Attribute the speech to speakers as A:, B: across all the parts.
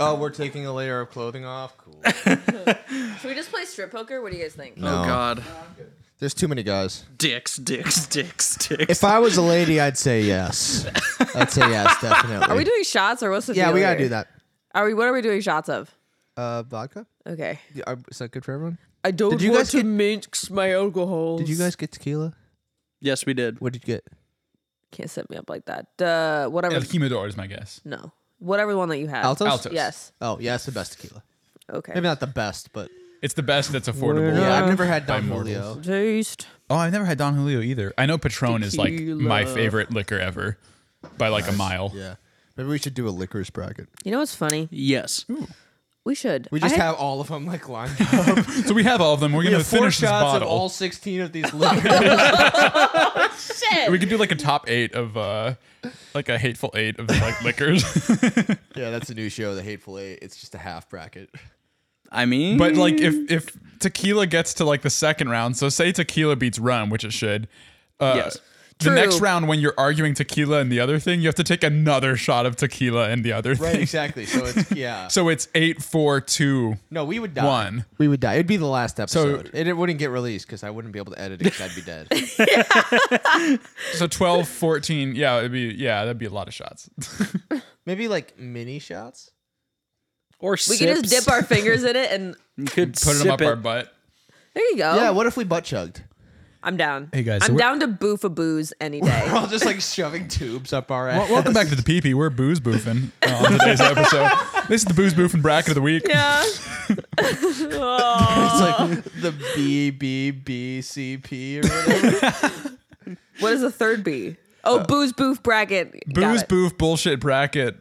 A: Oh, we're taking a layer of clothing off. Cool.
B: Should we just play strip poker? What do you guys think?
A: No.
C: Oh God,
A: There's too many guys.
C: dicks, dicks, dicks, dicks.
A: If I was a lady, I'd say yes. I'd say yes, definitely.
B: Are we doing shots or what's the
A: yeah,
B: deal
A: we gotta
B: here?
A: do that.
B: Are we? What are we doing shots of?
A: Uh, vodka.
B: Okay.
A: Yeah, are- Is that good for everyone?
B: I don't
A: Did you want guys to get-
B: mix my alcohol.
A: Did you guys get tequila?
C: yes, we did.
A: What did you get?
B: Can't set me up like that. Uh, whatever.
D: El Jimador is my guess.
B: no, whatever one that you had.
A: Altos.
D: Altos.
B: Yes.
A: Oh yeah, it's the best tequila.
B: Okay.
A: Maybe not the best, but
D: It's the best that's affordable.
A: yeah, I've never had
D: By
A: Don
D: mortals.
A: Julio.
B: Taste.
D: Oh, I've never had Don Julio either. I know Patron is like my
B: Tequila.
D: favorite liquor ever by like a mile.
A: Yeah, maybe we should do a liquors bracket.
B: You know what's funny?
C: Yes.
B: We should.
A: We
B: I
A: just
B: had-
A: have all of them like lined up.
D: So we have all of them. We're
A: We
D: gonna
A: have four
D: finish this
A: shots of
D: bottle.
A: all sixteen of these liquors.
D: we could do like a top eight of uh like a hateful eight of like liquors.
A: yeah, that's a new show, The Hateful Eight. It's just a half bracket.
C: I mean,
D: but like if if tequila gets to like the second round, so say tequila beats rum, which it should. Uh,
C: Yes.
D: The
B: True.
D: next round, when you're arguing tequila and the other thing, you have to take another shot of tequila and the other
A: Right,
D: thing.
A: exactly. So it's yeah.
D: So it's eight, four, two,
A: No, we would die.
D: one.
A: We would die. It'd be the last episode. it, it wouldn't get released because I wouldn't be able to edit it because I'd be dead.
D: So 12, 14. Yeah, it'd be yeah, that'd be a lot of shots.
A: Maybe like mini shots.
C: or
B: we could just dip our fingers in it, and
C: You could
D: Put them
C: sip
D: up
C: it.
D: our butt.
B: there you go.
A: Yeah. What if we butt chugged?
B: I'm down.
D: Hey, guys, so
B: I'm
D: we're-
B: down to boof a booze any day.
A: We're all just like shoving tubes up our ass.
D: Well, welcome back to the PP. We're booze boofing uh, on today's episode. This is the booze boofing bracket of the week.
B: yeah.
A: It's like the B B B C P or whatever.
B: What is the third B? Oh,
A: Uh,
B: booze boof bracket. Got
D: Booze
B: it.
D: boof bullshit bracket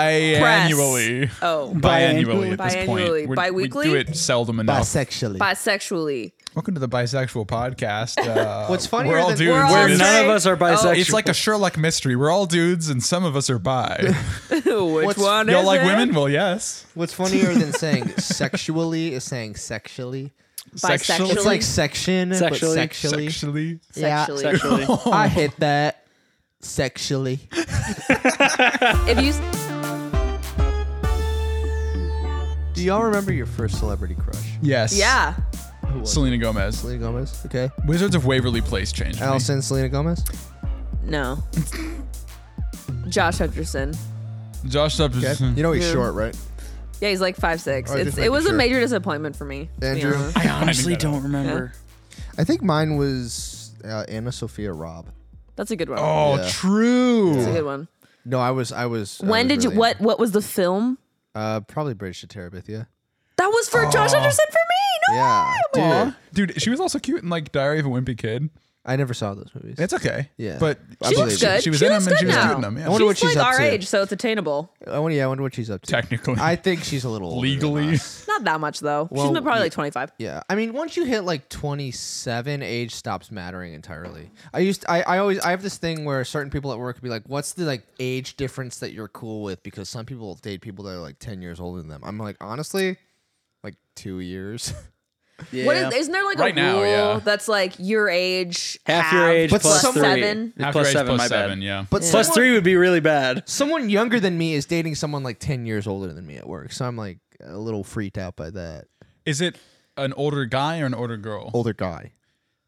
D: biannually.
B: Oh,
D: Biannually at this
B: Biannually.
D: point. We're-
B: Biweekly?
D: We do it seldom enough.
A: Bisexually.
B: bisexually.
D: welcome to the bisexual podcast. Uh,
A: What's funnier
D: we're all
A: than-
D: dudes.
B: We're all
C: Where
D: It's-
C: none of us are
B: It's
C: bisexual.
D: it's like a Sherlock mystery. We're all dudes, and some of us are bi.
B: Which one
D: Y'all
B: Oh, is
D: like
B: it?
D: women? Well, yes.
A: What's funnier than saying sexually is saying sexually.
B: Bisexual.
A: It's like section,
C: Sexually.
A: but sexually.
D: Sexually.
A: Yeah.
B: Sexually.
C: Sexually.
A: I hit that sexually.
B: If you
A: Do y'all remember your first celebrity crush?
D: Yes.
B: yeah,
D: Selena Gomez.
A: Selena Gomez. Okay.
D: Wizards of Waverly Place changed. me.
A: Allison, Selena Gomez.
B: no. Josh Hutcherson.
D: Josh Hutcherson.
A: You know he's
B: Yeah.
A: short, right?
B: Yeah, he's like five six.
A: Alright,
B: it's,
A: just
B: it was
A: making
B: a
A: sure.
B: major disappointment for me. to be
A: Andrew?
B: honest.
C: I honestly
D: that out.
C: don't remember.
A: I think mine was uh, Anna Sophia Robb.
B: That's a good one.
D: Oh,
A: Yeah.
D: true.
B: That's a good one.
A: No, I was. I was. I
B: When
A: was
B: did you?
A: really
B: What? What was the film?
A: into- Uh, probably British to Terabithia.
B: That was for Josh Hutcherson for me. No.
A: Yeah, dude.
D: Dude, she was also cute in like Diary of a Wimpy Kid.
A: I never saw those movies.
D: It's okay.
A: Yeah.
D: But
A: I
B: She
A: believe
B: looks
A: you.
B: good.
D: She was
B: she
D: in
B: looks
D: them
B: good
D: and she was
B: now.
D: cute in them, yeah. I
A: wonder what she's
B: like
A: up
B: our
A: to.
B: age, so it's attainable.
A: I wonder. Oh, Yeah, I wonder what she's up to.
D: technically.
A: I think she's a little older than
D: Legally.
A: us.
B: Not that much though.
A: Well,
B: She's probably
A: yeah.
B: like twenty five.
A: Yeah, I mean, once you hit like 27, age stops mattering entirely. I used, I, I always, I have this thing where certain people at work be like, "What's the like age difference that you're cool with?" Because some people date people that are like 10 years older than them. I'm like, honestly, like two years.
C: Yeah.
B: What is, isn't there like
D: Right
B: a
D: now,
B: rule
D: yeah.
B: that's like your age,
C: half your age
A: But
C: plus
A: some-
C: three?
B: seven?
C: Plus
D: Half your age
C: seven.
D: plus
C: my
D: seven,
C: bad.
D: yeah.
A: But
C: Plus
A: someone-
C: three would be really bad.
A: Someone younger than me is dating someone like 10 years older than me at work, so I'm like a little freaked out by that
D: Is it an older guy or an older girl?
A: older guy.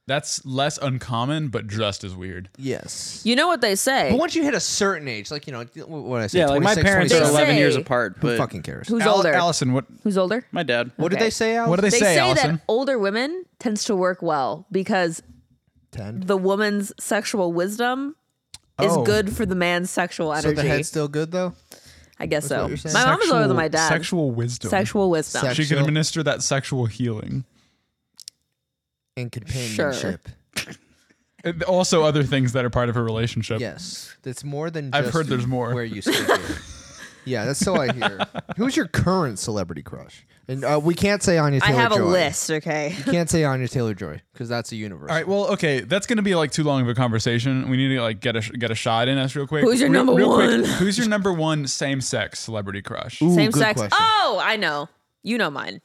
D: That's less uncommon, but just as weird.
A: Yes.
B: You know what they say?
A: But once you hit a certain age, like you know, what I say,
C: Yeah, like my
A: 26,
C: parents are
A: 27,
B: They
C: 11
B: say-
C: years apart,
A: who
C: but
A: fucking cares?
B: Who's
D: Al-
B: older?
D: Allison, what
B: Who's older?
C: my dad.
A: What did
B: Okay.
A: they say? Al?
D: what do they,
B: They
D: say,
B: say
D: Allison?
B: that older women tends to work well because
A: ten?
B: the woman's sexual wisdom
D: Oh.
B: is good for the man's sexual
A: So
B: energy.
A: the head's still good though.
B: I guess so.
A: what
B: My
A: you're saying?
B: mom is older than my dad.
D: Sexual wisdom.
B: Sexual wisdom.
A: Sex-
D: She can
A: Sexual-
D: administer that sexual healing.
A: And companionship.
D: And Also, other things that are part of her relationship.
A: Yes, that's more than. Just
D: I've heard there's more.
A: Where you sleep. with. yeah, that's so I hear. Who's your current celebrity crush? And uh, we can't say Anya.
B: I
A: Taylor
B: have a
A: Joy.
B: list, okay?
A: Can't say Anya Taylor Joy because that's a universe.
D: All right. Well, okay. That's gonna be like too long of a conversation. We need to like get a get a shot in us real quick.
B: Who's your
D: Re-
B: number
D: real quick,
B: one?
D: who's your number one same sex celebrity crush?
A: Ooh,
B: Same
A: good
B: sex.
A: question.
B: Oh, I know. You know mine.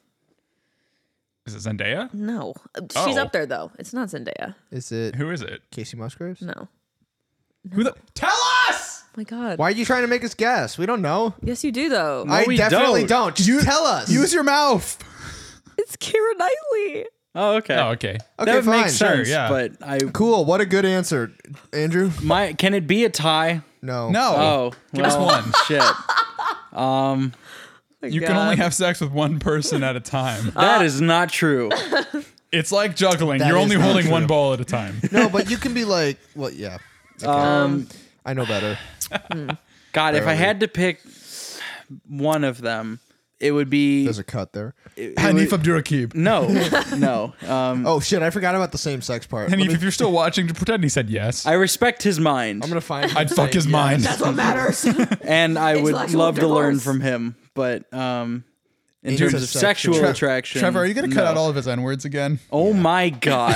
D: Is it Zendaya?
B: No. She's
D: Oh.
B: up there though. It's not Zendaya.
A: Is it
D: Who is it?
A: Casey Musgraves?
B: No.
D: Who the? Tell us.
B: my god.
A: Why are you trying to make us guess? We don't know.
B: Yes, you do though.
A: I
C: we
A: definitely don't.
C: don't.
A: Just tell us.
D: Use your mouth.
B: it's Kira Knightley.
C: Oh, okay.
D: Oh,
A: okay,
D: okay.
C: that
A: fine.
C: makes sense.
D: Sure, yeah.
C: But I
A: Cool. What a good answer, Andrew.
C: my can it be a tie?
A: No.
D: No.
C: Oh,
D: Give us
C: well,
D: one.
C: Shit.
D: You can only have sex with one person at a time.
B: Uh,
C: That is not true.
D: It's like juggling.
A: That
D: You're
A: is
D: only
A: not
D: holding
A: true.
D: one ball at a time.
A: No, but you can be like, well, yeah. Okay. I know better.
C: God, if I
A: Barely.
C: had to pick one of them, it would be
A: There's a cut there.
C: it- it
D: Hanif
C: would-
D: Abdurraqib.
C: No, no. Um,
A: Oh shit! I forgot about the same sex part. Let
D: Hanif,
A: me-
D: if you're still watching, to pretend he said yes.
C: I respect his mind,
A: I'm gonna find.
D: I'd fuck his mind.
B: That's what matters.
C: and I would
B: Intellectual
C: love to learn
B: divorce.
C: from him. But um, in terms of
A: Intersexual.
C: sexual
A: Tre-
C: attraction,
D: Trevor, are you going to cut
C: no.
D: out all of his N words again?
C: Oh my God!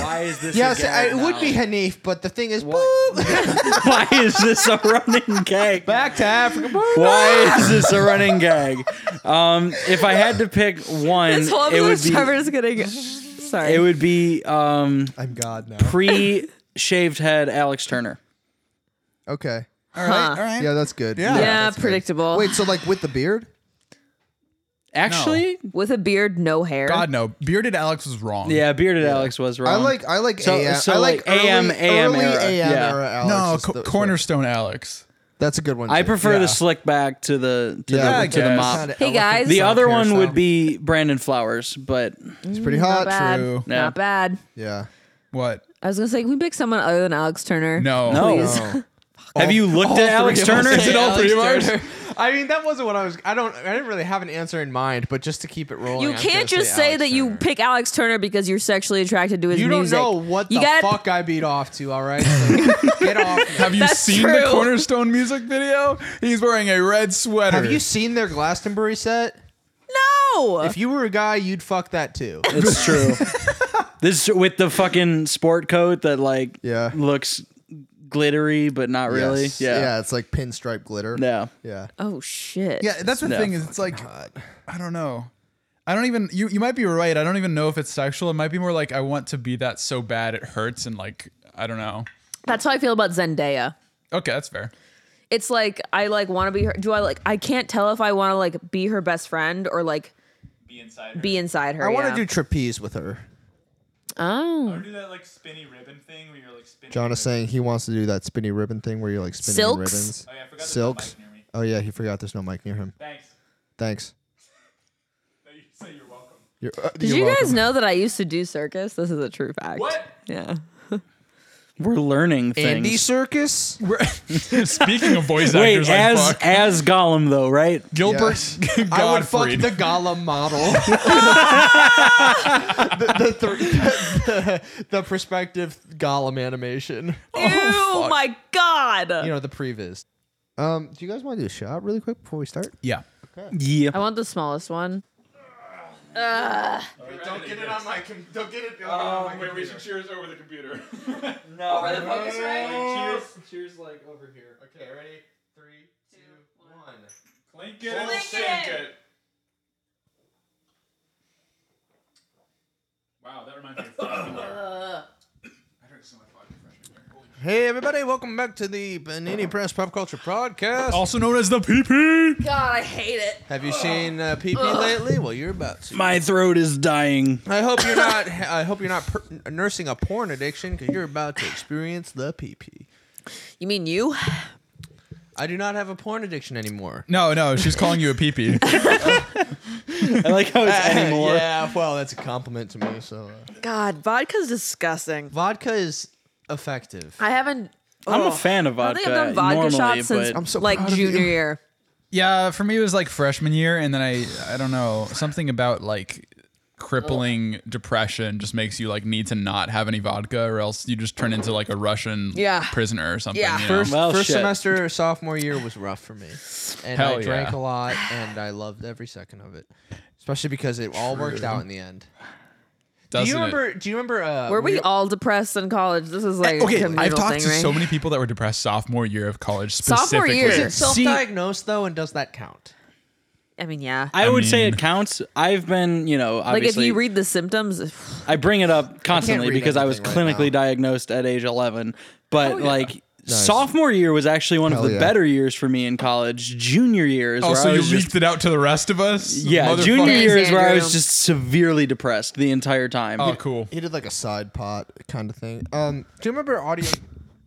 C: Why is this?
A: Yes,
C: a
A: I,
C: gag
A: it would be
C: now?
A: Hanif, but the thing is, boop.
C: Why is this a running gag?
A: back to Africa. boop.
C: Why is this a running gag? Um, if I had to pick one,
B: this whole
C: it would
B: episode
C: be
B: Trevor's getting sorry.
C: it would be um,
A: I'm God now.
C: pre shaved head Alex Turner.
A: Okay.
D: All right. All right.
A: Yeah, that's good.
D: Yeah.
B: yeah,
A: that's good.
B: predictable.
A: Wait, so like with the beard?
C: Actually,
B: with a beard, no hair.
D: God, no. Bearded Alex was wrong.
C: yeah, bearded Alex was wrong.
A: I like I like
C: Um, So-
A: AM.
C: so
A: I like,
C: like AM,
A: early,
C: AM
A: early
C: era.
A: AM
C: Yeah.
A: era Alex
D: No,
A: is
D: co-
A: the- is
D: Cornerstone Alex.
A: That's a good one.
C: I
A: too.
C: prefer
D: Yeah.
C: the slick back to the to
A: Yeah, I
C: the to the
D: guess.
C: mop.
A: Kinda
B: Hey,
A: elephant
B: guys.
C: The
A: sound
C: other one
A: hairstyle.
C: would be Brandon Flowers, but
A: He's pretty
B: Not
A: hot.
B: bad.
D: true.
C: Yeah.
B: Not bad.
A: Yeah.
D: What?
B: I was gonna say, can we pick someone other than Alex Turner?
D: No.
C: no.
A: No.
C: Have you looked at Alex Turner?
D: Is it all
A: Alex
D: three of ours?
A: Turner. I mean, that wasn't what I was. I don't. I didn't really have an answer in mind, but just to keep it rolling,
B: You
A: I'm
B: can't
A: gonna
B: just say,
A: Alex
B: that you
A: Turner.
B: pick Alex Turner because you're sexually attracted to his
A: You don't
B: music.
A: know what the
B: you got-
A: fuck I beat off to. All right, so get off. me.
D: Have you
B: That's
D: seen the
B: true.
D: Cornerstone music video? He's wearing a red sweater.
A: Have you seen their Glastonbury set?
B: No.
A: If you were a guy, you'd fuck that too.
C: It's true. this with the fucking sport coat that like
A: Yeah.
C: looks glittery but not really.
A: Yes.
C: Yeah.
A: Yeah, it's like pinstripe glitter.
C: No.
A: Yeah.
B: oh shit.
D: yeah, that's the
C: No.
D: thing is it's like I don't know. I don't even you you might be right. I don't even know if it's sexual. It might be more like I want to be that so bad it hurts and like I don't know.
B: That's how I feel about Zendaya.
D: Okay, that's fair.
B: It's like I like want to be her. Do I like? I can't tell if I want to like be her best friend or like
E: be inside her.
B: be inside her.
A: I want to
B: yeah.
A: do trapeze with her.
B: oh
E: Or do that like spinny ribbon thing where you're like spinning.
A: John is
E: ribbon.
A: saying he wants to do that spinny ribbon thing where you're like spinning
B: Silks?
A: ribbons.
E: Oh, yeah, I forgot there's no mic
A: Silks.
E: near me.
A: Oh yeah, he forgot there's no mic near him.
E: Thanks.
A: Thanks.
E: No, you say you're welcome.
A: You're, uh,
B: Did
A: you're
B: you guys
A: welcome.
B: know that I used to do circus? This is a true fact.
E: What?
B: Yeah.
C: We're learning things.
A: Andy Circus?
D: Speaking of voice
C: Wait,
D: actors,
C: as
D: I fuck
C: as Gollum though, right?
D: Gilbert
A: I would fuck
D: Gottfried.
A: the Gollum model. the, the, thr- the, the, the prospective Gollum animation.
B: Ew, Oh, my god.
A: You know the previs. Um, do you guys want to do a shot really quick before we start?
D: yeah.
C: Yeah.
B: I want the smallest one.
A: Don't get it on my. Com- don't get it.
E: Wait, we should cheers over the computer.
C: No, where the fuck is
A: cheers. Cheers, like over here. Okay, ready? Three, two, one.
E: Clink it and
B: Clink
E: sink
B: it.
E: it. Wow, that reminds me of freshman
B: Uh,
E: year. I drank so much vodka freshman year. Holy shit.
A: Hey everybody, welcome back to the Panini Press Pop Culture Podcast.
D: Also known as the PP.
B: God, I hate it.
A: Have you seen uh, PP lately? Well, you're about to.
C: My throat is dying.
A: I hope you're not. I hope you're not per- nursing a porn addiction because you're about to experience the PP.
B: You mean you?
A: I do not have a porn addiction anymore.
D: No, no, she's calling you a PP.
C: I like how it's anymore.
A: yeah, well, that's a compliment to me. So uh,
B: God, vodka's disgusting.
A: vodka is effective.
B: I haven't.
C: I'm a
B: Ugh.
C: fan of
B: I don't
C: vodka.
B: think I've done vodka
C: normally,
B: shots since
C: but
A: so
B: like
A: proud of you.
B: junior year.
D: Yeah, for me it was like freshman year, and then I I don't know something about like crippling depression just makes you like need to not have any vodka, or else you just turn into like a Russian
B: Yeah.
D: prisoner or something.
B: Yeah.
D: you know?
A: First,
C: Well,
A: first
C: shit.
A: semester sophomore year was rough for me, and I
D: Hell
A: drank
D: yeah.
A: a lot, and I loved every second of it, especially because it all worked out in the end.
D: Doesn't
A: do you
D: it?
A: remember? Do you remember? Uh,
B: Were we
A: you-
B: all depressed in college? This is like a
D: Eh, Okay,
B: communal
D: I've talked
B: thing,
D: to
B: right?
D: so many people that were depressed sophomore year of college
B: Sophomore
D: specifically.
B: year.
A: Is it
B: See-
A: self-diagnosed though, and does that count?
B: I mean, yeah.
C: I would say
D: mean-
C: it counts. I've been, you know,
B: like if
C: obviously
B: you read the symptoms,
C: I bring it up constantly
A: read
C: because I was
A: anything right
C: clinically
A: now.
C: diagnosed at age 11, but like Sophomore year was actually one
A: Hell
C: of the
A: yeah.
C: better years for me in college. Junior year is
D: Oh,
C: where
D: so
C: I
D: you
C: was
D: leaked
C: just
D: it out to the rest of us?
C: yeah.
D: Motherfucker.
C: Junior year is where I
B: Andrew.
C: was just severely depressed the entire time.
D: Oh, cool.
A: He did like a side pot kind of thing. Um, do you remember audio?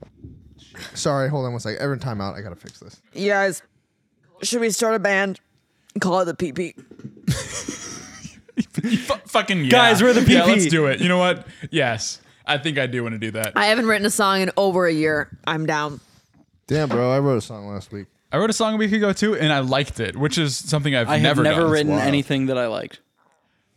A: Sorry, hold on one second. Every time out, I gotta fix this.
B: You guys, should we start a band? Call it the PP.
D: F- fucking yeah.
C: Guys, we're the
D: Yeah,
C: PP.
D: let's do it. You know what? Yes. I think I do want to do that.
B: I haven't written a song in over a year. I'm down.
A: Damn, bro, I wrote a song last week.
D: I wrote a song a week ago too, and I liked it, which is something I've
C: I have
D: never,
C: never,
D: done.
C: written
A: wild.
C: anything that I liked.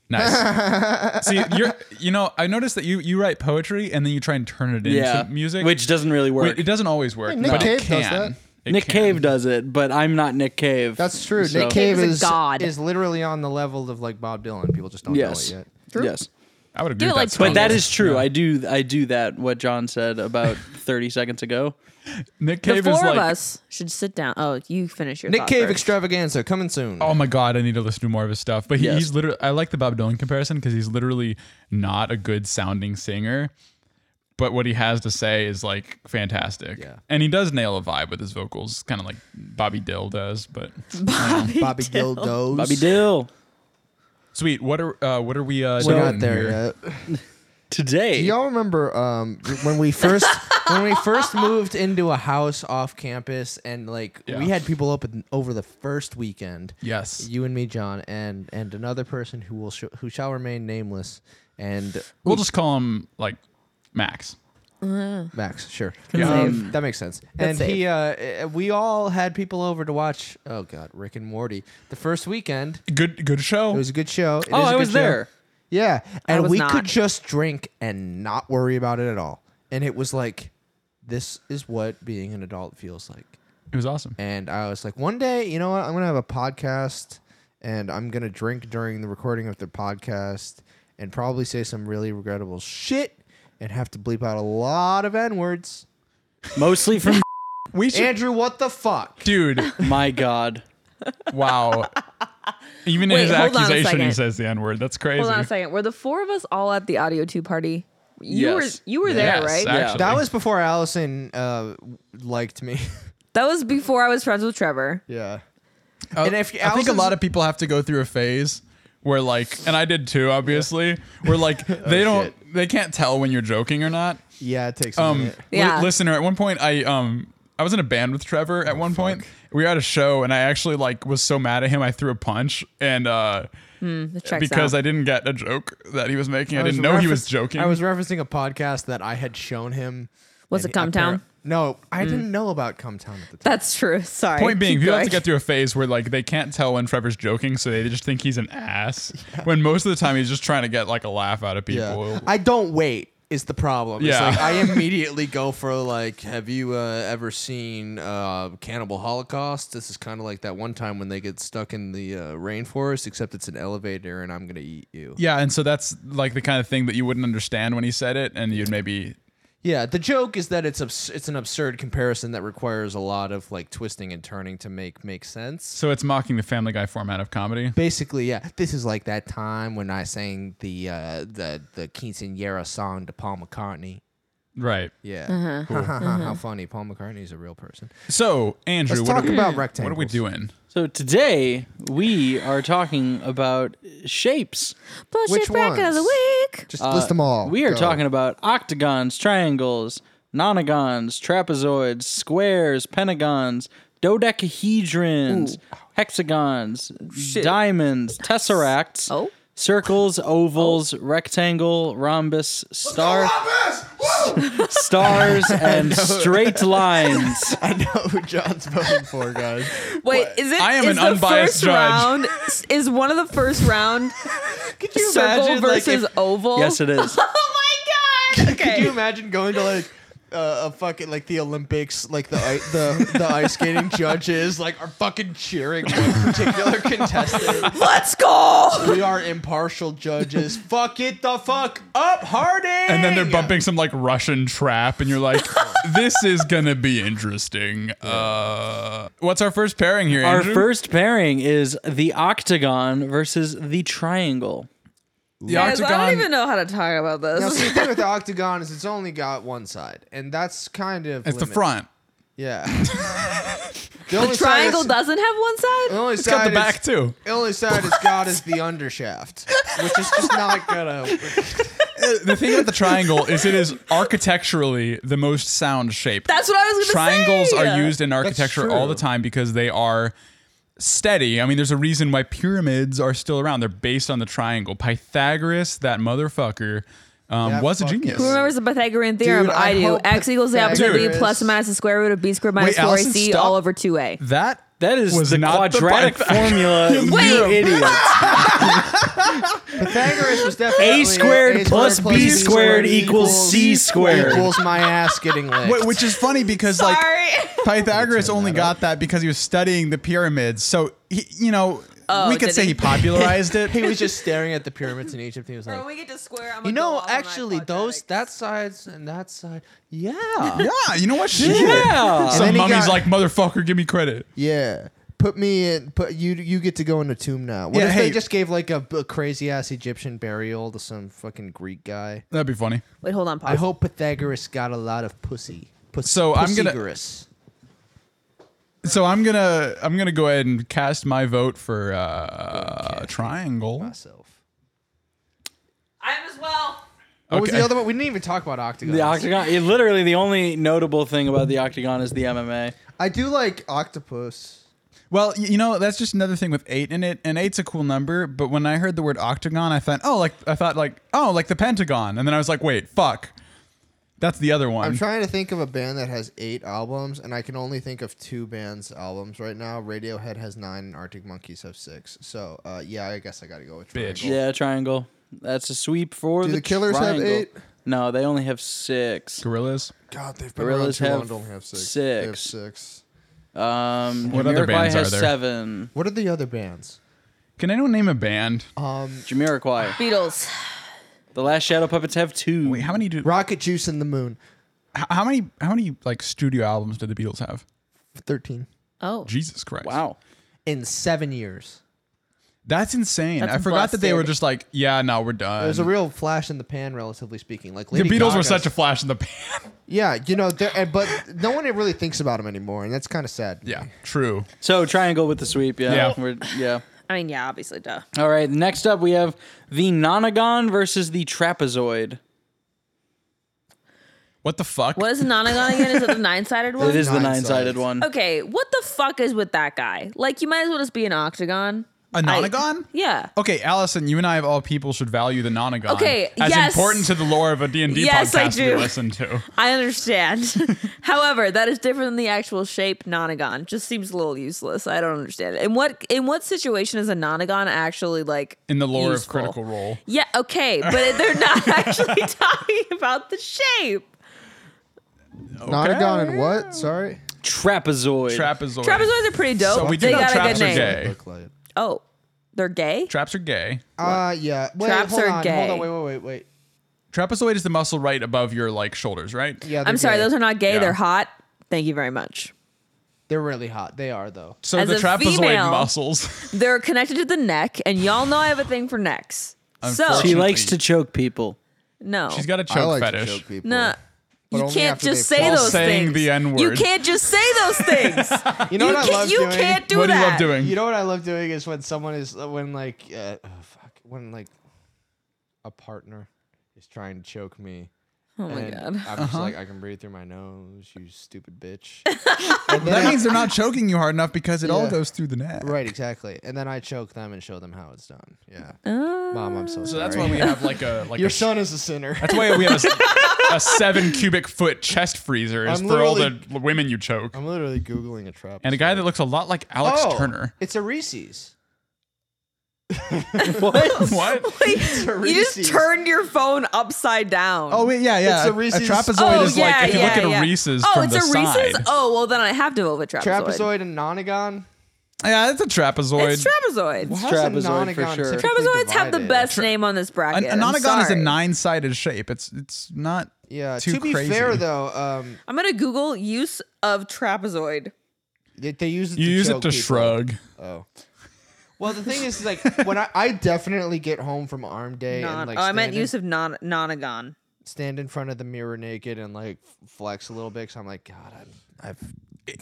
D: Nice. See, you're you know, I noticed that you you write poetry and then you try and turn it into
C: Yeah,
D: music,
C: which doesn't really work.
D: Wait, it doesn't always work.
A: Nick
D: but
A: Cave
D: it
A: does
D: can.
A: that.
D: It
C: Nick
D: can.
C: Cave does it, but I'm not Nick Cave.
A: That's true.
C: So-
A: Nick Cave
B: Cave is a
A: is
B: god.
A: is literally on the level of like Bob Dylan. People just don't
C: Yes.
A: know it yet.
C: Yes.
D: I would agree.
B: Give it
D: with
B: like
D: that.
B: 20
C: But that
B: Yeah.
C: is true. I do I do that what John said about 30 seconds ago.
D: Nick Cave
B: the four
D: is like,
B: of us should sit down. Oh, you finish your
A: Nick
B: thought
A: Cave
B: first.
A: extravaganza coming soon.
D: oh my god, I need to listen to more of his stuff. But he,
C: Yes.
D: he's literally, I like the Bob Dylan comparison because he's literally not a good sounding singer, but what he has to say is like fantastic.
A: Yeah.
D: And he does nail a vibe with his vocals, kind of like Bobby Dill does. But
B: Bobby,
A: Bobby Dildos.
C: Bobby Dill.
D: sweet, what are uh, what are we? Uh,
A: We're
D: doing
A: not there
D: here?
A: yet.
C: Today.
A: Do y'all remember um, when we first when we first moved into a house off campus and like
D: Yeah.
A: we had people up in, over the first weekend.
D: Yes.
A: you and me, John, and and another person who will sh- who shall remain nameless, and
D: We'll just call him like Max.
A: Max. Sure,
D: Yeah.
A: Um, that makes sense. and
B: safe.
A: he, uh, eh, we all had people over to watch. Oh God, Rick and Morty. The first weekend,
D: Good good show.
A: it was a good show. It
C: oh,
A: is a
C: I
A: good
C: was
A: show.
C: there.
A: Yeah, and
B: was
A: we
B: not.
A: could just drink and not worry about it at all. And it was like, this is what being an adult feels like.
D: it was awesome.
A: And I was like, one day, you know what? I'm gonna have a podcast, and I'm gonna drink during the recording of the podcast, and probably say some really regrettable shit, and have to bleep out a lot of n words.
C: Mostly from
D: We should,
A: Andrew, what the fuck?
D: dude.
C: my god.
D: Wow. Even in
B: Wait,
D: his
B: hold on a
D: accusation,
B: second.
D: he says the N word. That's crazy.
B: Hold on a second. Were the four of us all at the audio two party? You
C: Yes.
B: were you were
D: Yes,
B: there, right?
C: I-
D: actually.
A: That was before Allison uh, liked me.
B: that was before I was friends with Trevor.
A: yeah.
D: Uh,
A: and if
D: I think a
A: Allison's-
D: lot of people have to go through a phase where like, and I did too, obviously, where like
A: Oh,
D: they don't, they can't tell when you're joking or not.
A: Yeah, it takes. a
D: Um,
A: minute.
D: li-
B: Yeah.
D: listener, at one point I um. I was in a band with Trevor
A: Oh,
D: at one point. We were at a show, and I actually like was so mad at him. I threw a punch, and uh,
B: That checks
D: because
B: out.
D: I didn't get a joke that he was making, I,
A: was
D: didn't know he was
A: referenc-
D: joking.
A: I was referencing a podcast that I had shown him.
B: Was
A: and
B: it Cumtown?
A: appar- No, I didn't know about Cumtown at the time.
B: that's true. Sorry.
D: Point being,
B: Keep
D: people have
B: going.
D: to get through a phase where like they can't tell when Trevor's joking, so they just think he's an ass. When most of the time he's just trying to get like a laugh out of people.
A: I don't wait is the problem.
D: Yeah.
A: It's like I immediately go for like, have you uh, ever seen uh, Cannibal Holocaust? This is kind of like that one time when they get stuck in the uh, rainforest, except it's an elevator and I'm gonna eat you.
D: Yeah, and so that's like the kind of thing that you wouldn't understand when he said it, and you'd maybe
A: Yeah, the joke is that it's abs- it's an absurd comparison that requires a lot of like twisting and turning to make make sense.
D: so it's mocking the Family Guy format of comedy.
A: Basically, yeah, this is like that time when I sang the uh, the the quinceanera song to Paul McCartney.
D: Right.
A: Yeah, how funny! Paul McCartney's a real person.
D: So Andrew,
A: Let's
D: what,
A: talk
D: are we,
A: about
D: what are
A: rectangles.
D: we doing?
C: So today we are talking about shapes.
B: Bullshit
A: Which
B: Bracket of the
A: ones?
B: week.
A: Just list them all.
C: Uh, We are
A: Oh, Go.
C: talking about octagons, triangles, nonagons, trapezoids, squares, pentagons, dodecahedrons, hexagons, diamonds, tesseracts,
B: Oh.
C: circles, ovals, rectangle, rhombus, star,
E: Yes! Woo!
C: stars, and straight lines.
A: I know who John's voting for, guys.
B: Wait, is it?
D: I am
B: is
D: an
B: the
D: unbiased
B: first
D: judge.
B: round? is one of the first round
A: Could you
B: circle
A: imagine like,
B: versus
A: if-
B: oval?
C: Yes, it is.
B: Oh my god.
A: could you
B: Okay.
A: imagine going to like uh, a fucking like the Olympics, like the i- the the ice skating judges like are fucking cheering one particular contestant.
B: Let's go.
A: We are impartial judges. Fuck it the fuck up, Harding.
D: And then they're bumping some like Russian trap, and you're like, this is gonna be interesting. Uh, what's our first pairing here?
C: Our
D: Andrew?
C: first pairing is the octagon versus the triangle.
D: the
B: Guys, I
D: octagon-
B: don't even know how to talk about
A: Now,
B: this.
A: see, the thing with the octagon is it's only got one side, and that's kind of
D: It's the
A: limit-
D: front.
A: Yeah. the only
B: The triangle
A: side it's-
B: doesn't have one
A: The
B: side.
A: only
D: It's
A: side
D: got the
A: it's-
D: back too.
A: The only side it's got is the undershaft, which is just not gonna.
D: uh, The thing about the triangle is it is architecturally the most sound shape.
B: That's what I was gonna
D: Triangles
B: say.
D: are used in architecture all the
A: true.
D: time because they are steady. I mean, there's a reason why pyramids are still around. They're based on the triangle. Pythagoras, that motherfucker, um,
A: That
D: was a
A: fucking-
D: genius.
B: Who remembers the Pythagorean theorem?
A: Dude, I
B: I, do.
A: hope
B: X equals the opposite of B
D: Pythagoras-
B: plus or minus the square root of B squared minus
D: Wait,
B: 4AC
D: Allison, stop.
B: all over 2A.
D: That
C: That is
D: Was
C: the
D: not the
C: quadratic
D: Pythag-
C: formula. you
B: Wait.
C: idiot.
A: Pythagoras was definitely
C: A squared plus B squared equals C squared.
A: equals my ass getting licked.
D: Wh- which is funny because like
B: Sorry.
D: Pythagoras only got that because he was studying the pyramids. So he, you know,
B: Oh,
D: we could
B: did
D: say
B: he?
D: he popularized it.
A: he was just staring at the pyramids in Egypt. He was like,
B: we get to square, I'm
A: you know, actually, those that side's and that side, yeah,
D: yeah, you know what? Shit.
C: Yeah.
A: And then
D: Some
A: he
D: mummy's
A: got-
D: like, motherfucker, give me credit.
A: yeah. Put me in. Put you. You get to go in the tomb now. What
D: Yeah,
A: if
D: hey.
A: they just gave like a, crazy ass Egyptian burial to some fucking Greek guy?
D: That'd be funny.
B: Wait, hold on. Pause.
A: I hope Pythagoras got a lot of pussy. Pus-
D: So I'm gonna-
A: Pussygoras.
D: So I'm gonna I'm gonna go ahead and cast my vote for uh, triangle.
A: myself.
B: I'm as well.
A: What was
D: Okay.
A: the other one? We didn't even talk about octagons.
C: The octagon. It, literally, the only notable thing about the octagon is the MMA.
A: I do like octopus.
D: Well, y- you know that's just another thing with eight in it, and eight's a cool number. But when I heard the word octagon, I thought, oh, like I thought like oh, like the Pentagon, and then I was like, wait, fuck, that's the other one.
A: I'm trying to think of a band that has eight albums, and I can only think of two bands' albums right now. Radiohead has nine, and Arctic Monkeys have six. So, uh, yeah, I guess I got to go with
D: Bitch.
A: Bitch.
C: Yeah, triangle. That's a sweep for
A: Do
C: the
A: the Killers have
C: triangle.
A: eight?
C: No, they only have six.
D: Gorillas.
A: God, they've been
C: Gorillaz
A: around too
C: have
A: long. to only have six. They have
C: six.
A: six.
C: Um,
D: What other
C: Jamiroquai
D: bands
C: has
D: are there?
C: seven.
A: What are the other bands?
D: Can anyone name a band?
A: Um,
C: Jamiroquai.
B: Beatles.
C: The Last Shadow Puppets have two.
D: Wait, how many do
A: Rocket Juice and the Moon,
D: h- how many how many like studio albums did the Beatles have?
A: thirteen
B: Oh.
D: Jesus Christ!
C: wow.
A: in seven years.
D: that's insane.
B: That's
D: I forgot that they
B: busted.
D: were just like, yeah, no, we're done.
A: It was a real flash in the pan, relatively speaking. Like
D: the
A: Lady
D: Beatles were
A: Gaga's-
D: such a flash in the pan.
A: Yeah, you know, they're- and- but no one really thinks about them anymore, and that's kind of sad.
D: yeah, true.
C: So triangle with the sweep. Yeah.
D: Yeah.
C: We're, yeah.
B: I mean, yeah, obviously, duh.
C: All right. Next up, we have the nonagon versus the trapezoid.
D: What the fuck?
B: What is a nonagon again? Is it the nine-sided one?
C: It is the
A: Nine
C: nine-sided Oh.
A: sides.
C: one.
B: Okay, what the fuck is with that guy? Like, you might as well just be an octagon.
D: A nonagon?
B: Yeah.
D: Okay, Allison, you and I of all people should value the nonagon.
B: Okay,
D: as
B: yes.
D: important to the lore of a D and D
B: Yes, I
D: podcast we
B: do.
D: listen to.
B: I understand. However, that is different than the actual shape nonagon. Just seems a little useless. I don't understand it. In what in what situation is a nonagon actually like
D: In the lore
B: useful?
D: of Critical Role,
B: Yeah, okay, but they're not actually talking about the shape.
A: Not a gun and what? Sorry.
C: Trapezoid.
D: trapezoid.
B: Trapezoids are pretty dope.
D: So we do
B: they
D: know
B: got a
D: traps
B: good
D: are
B: name.
D: gay.
A: Look like.
B: Oh, they're gay.
D: Traps are gay.
A: Uh, yeah. Wait,
B: Traps
A: hold
B: are
A: on.
B: gay.
A: Hold on. Wait, wait, wait, wait.
D: Trapezoid is the muscle right above your like shoulders, right?
A: Yeah,
B: I'm sorry, those are not gay.
D: Yeah.
B: They're hot. Thank you very much.
A: They're really hot. They are though.
D: So
B: As
D: the
B: a
D: trapezoid
B: female-
D: muscles.
B: They're connected to the neck, and y'all know I have a thing for necks. So
D: Unfortunately.
C: She likes to choke people.
B: no,
D: She's got a choke fetish.
A: people.
B: no. You
A: only
B: can't
A: after
B: just
A: they
B: say
A: fall.
B: those
D: Saying
B: things.
D: the N-word.
B: You can't just say those things.
A: You know
B: you
A: what I
B: can't,
A: love
B: you
A: doing?
B: can't do
D: what do
B: that.
D: you love doing?
A: You know what I love doing is when someone is when like uh, oh, fuck when like a partner is trying to choke me. Oh
B: my God.
A: I'm
D: Uh-huh.
A: just like I can breathe through my nose. You stupid bitch. And then
D: that
A: I-
D: means they're not choking you hard enough because it all
A: Yeah.
D: goes through the neck.
A: right, exactly. And then I choke them and show them how it's done. Yeah. Mom, I'm
B: Oh.
A: so sorry.
D: So that's why we have like a like
A: Your
D: a
A: son is a sinner.
D: That's why we have a, a seven cubic foot chest freezer is
A: I'm
D: for all the
A: literally-
D: women you choke.
A: I'm literally googling a trap.
D: And a guy that looks a lot like Alex
A: Oh,
D: Turner.
A: It's a Reese's.
D: What?
B: You just turned your phone upside down.
D: Oh wait, yeah, yeah.
A: It's a Reese's-
D: trapezoid
B: Oh,
D: is
B: yeah,
D: like if you
B: yeah,
D: look at
B: yeah.
D: a Reese's
B: Oh,
D: from
B: it's
D: the
B: a Reese's.
D: side.
B: Oh well, then I have to vote with trapezoid.
A: trapezoid and nonagon.
D: Yeah, it's a trapezoid.
B: It's trapezoid.
A: How's a
C: Trapezoid for
A: nonagon
C: sure.
A: typically
B: Trapezoids have the
A: divided?
B: best name on this
D: An,
B: bracket.
D: a
B: I'm
D: nonagon is a
B: sorry.
D: nine-sided shape. It's it's not
A: Yeah.
D: too
A: to be
D: crazy.
A: fair though, um,
B: I'm gonna Google use of trapezoid.
A: they, they use it.
D: You
A: to
D: use it
A: choke
D: to
A: people.
D: shrug.
A: Oh. Well, the thing is, is like when I, I definitely get home from arm day
B: Non-
A: and like
B: oh, I meant
A: standing-
B: use of non nonagon.
A: stand in front of the mirror naked and like f- flex a little bit. Cause I'm like, God, i I've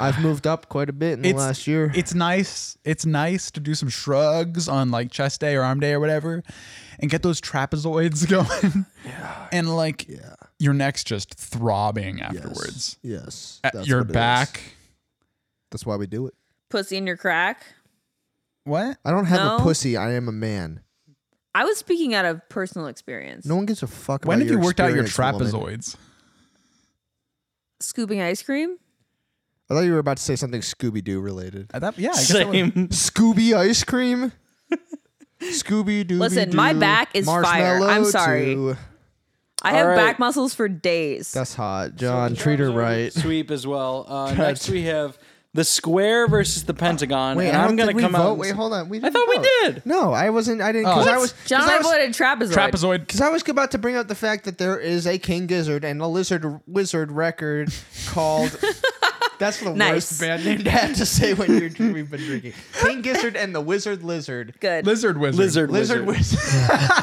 A: I've moved up quite a bit in the
D: It's-
A: last year.
D: It's nice. It's nice to do some shrugs on like chest day or arm day or whatever, and get those trapezoids going. And like your neck's just throbbing afterwards.
E: Yes.
D: At
E: that's
D: your
E: what it is.
D: back.
E: That's why we do it.
B: Pussy in your crack.
D: What?
E: I don't have
B: No.
E: a pussy. I am a man.
B: I was speaking out of personal experience.
E: No one gives a fuck.
D: When
E: about
D: have you worked out your
E: experience, woman.
D: trapezoids?
B: Scooping ice cream.
E: I thought you were about to say something Scooby Doo related.
D: Uh, that- yeah, I guess that would-
C: Same.
E: Scooby ice cream. Scooby Doo.
B: Listen, my back is fire. I'm sorry. I have
C: All right.
B: back muscles for days.
A: That's hot, John. treat her right.
C: Sweep as well. Uh, next we have the square versus the Pentagon.
A: Wait,
C: and
A: I don't
C: I'm gonna
A: think we
C: come
A: vote.
C: out. and
A: Wait,
C: say-
A: hold on. We
C: I
A: didn't
C: thought we
A: vote.
C: did.
A: No, I wasn't. I didn't
D: Oh.
A: because I was. 'cause
B: John
A: I was,
B: avoided trapezoid.
D: trapezoid.
A: Because I was about to bring up the fact that there is a king gizzard and a lizard wizard record called. That's the
B: Nice.
A: worst band name to have to say when you're dr- we've been drinking. King gizzard and the wizard lizard.
B: Good.
D: Lizard wizard.
C: Lizard,
A: Lizard wizard.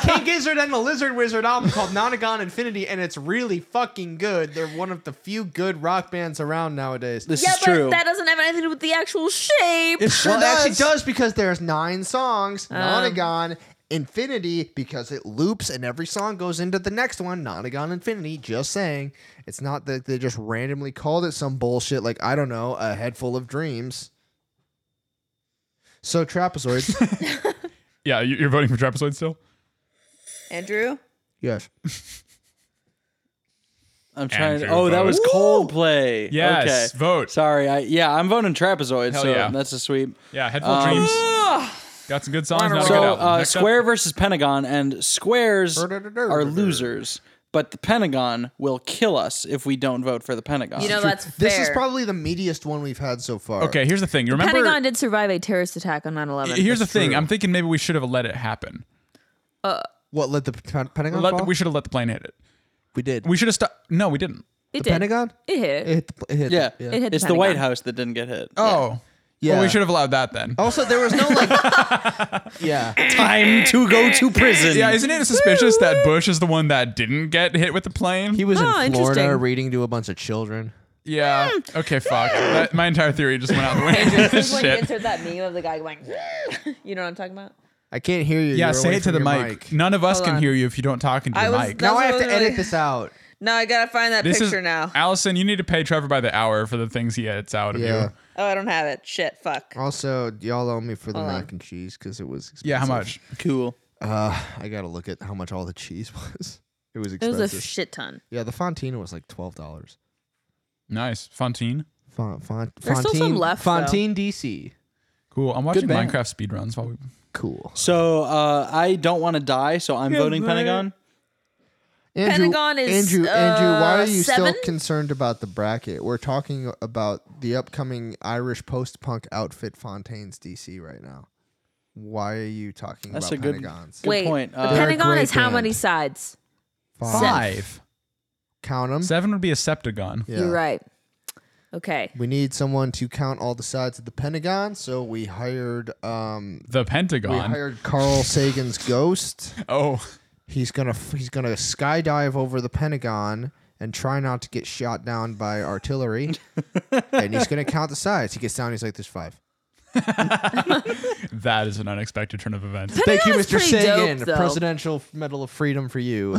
A: king gizzard and the lizard wizard album called Nonagon Infinity, and it's really fucking good. They're one of the few good rock bands around nowadays.
C: This
B: yeah,
C: is
B: but
C: true.
B: that doesn't have anything to do with the actual shape.
D: It sure
A: well, it actually
D: does.
A: does because there's nine songs.
B: Um.
A: Nonagon Infinity because it loops and every song goes into the next one. Nonagon Infinity. Just saying, it's not that they just randomly called it some bullshit like I don't know, a head full of dreams. So trapezoids.
D: Yeah, you- you're voting for trapezoid still.
B: Andrew.
A: yes.
C: I'm trying. to
D: Andrew
C: Oh, that was
D: votes.
C: Coldplay.
D: Yes,
C: Okay.
D: vote.
C: Sorry. I yeah, I'm voting trapezoid.
D: Hell
C: so
D: yeah.
C: that's a sweep.
D: Yeah, headful
C: Um,
D: dreams. Got some good songs. Not a
C: So
D: good album.
C: uh,
D: Next up-
C: square versus Pentagon, and squares are
A: Dur-dur-dur-dur-dur.
C: losers. But the Pentagon will kill us if we don't vote for the Pentagon.
B: You know that's fair.
A: This is probably the meatiest one we've had so far.
D: Okay, here's the thing. You remember?
B: Pentagon did survive a terrorist attack on 9/11.
D: here's the thing. I'm thinking maybe we should have let it happen.
A: What let the Pen- Pentagon
D: Let
A: fall?
D: the, we should have let the plane hit it.
A: we did.
D: We should have stopped. No, we didn't.
B: it
A: the
B: did.
A: Pentagon.
B: It hit.
A: It hit. The, it hit the-
C: yeah,
A: yeah.
B: It hit
C: it's the
B: Pentagon.
C: White House that didn't get hit.
D: Oh, yeah. Well,
A: Yeah.
D: we should have allowed that then.
F: Oh.
A: Also, there was no like. yeah.
C: Time to go to prison.
D: Yeah, isn't it suspicious that Bush is the one that didn't get hit with the plane?
A: He was
B: Oh,
A: in Florida
B: interesting.
A: reading to a bunch of children.
D: yeah. Okay, fuck. That, my entire theory just went out the window.
B: Andrew, just like
D: Shit.
B: insert that meme of the guy going. you know what I'm talking about?
A: I can't hear you.
D: Yeah,
A: You're
D: say
A: away
D: it to
A: from
D: the
A: your
D: mic. None of us
B: Hold
D: can
B: on.
D: hear you if you don't talk into
B: I
D: your
B: was-
D: mic.
B: that-
A: Now I
B: That's
A: have
B: what
A: to
B: I was
A: edit
B: like-
A: this out.
B: No, I gotta find that
D: this
B: picture
D: is
B: now.
D: Allison. You need to pay Trevor by the hour for the things he edits out of
A: Yeah.
D: you.
B: oh, I don't have it. Shit. Fuck.
A: Oh, Also, y'all owe me for the
B: Hold on.
A: mac and cheese because it was. Expensive.
D: Yeah, how much?
C: Cool.
A: Uh, I gotta look at how much all the cheese was. It was
B: It was
A: expensive.
B: a shit ton.
A: yeah, the Fontina was like twelve dollars.
D: Nice, Fontaine.
A: Font, font,
B: There's still some
A: Fontaine,
B: left, though.
A: Fontaine, DC.
D: Cool. I'm watching
C: band.
D: Minecraft speedruns while we.
A: Cool.
C: So uh, I don't want to die, so I'm voting
D: man.
C: Pentagon.
A: Andrew,
B: Pentagon is,
A: Andrew. Andrew, why
B: uh,
A: are you
B: seven?
A: still concerned about the bracket? We're talking about the upcoming Irish post-punk outfit Fontaine's DC right now. Why are you talking
C: That's a
A: about
C: good-
A: Pentagons?
C: Good
B: Wait.
C: point.
B: The
A: They're
C: Uh,
A: a
B: Pentagon
A: great
B: is how
A: band.
B: many sides?
D: Five.
A: Count them.
D: Seven would be a septagon.
A: Yeah.
B: You're right. Okay.
A: We need someone to count all the sides of the Pentagon, so we hired um
D: The Pentagon.
A: we hired Carl Sagan's ghost.
D: oh,
A: He's gonna f- he's gonna skydive over the Pentagon and try not to get shot down by artillery. and he's gonna count the sides. He gets down. He's like, "There's five.
D: that is an unexpected turn of events.
A: Thank you,
B: Pentagon's
A: Mr.
B: pretty dope,
A: Sagan,
B: though.
A: Presidential Medal of Freedom for you.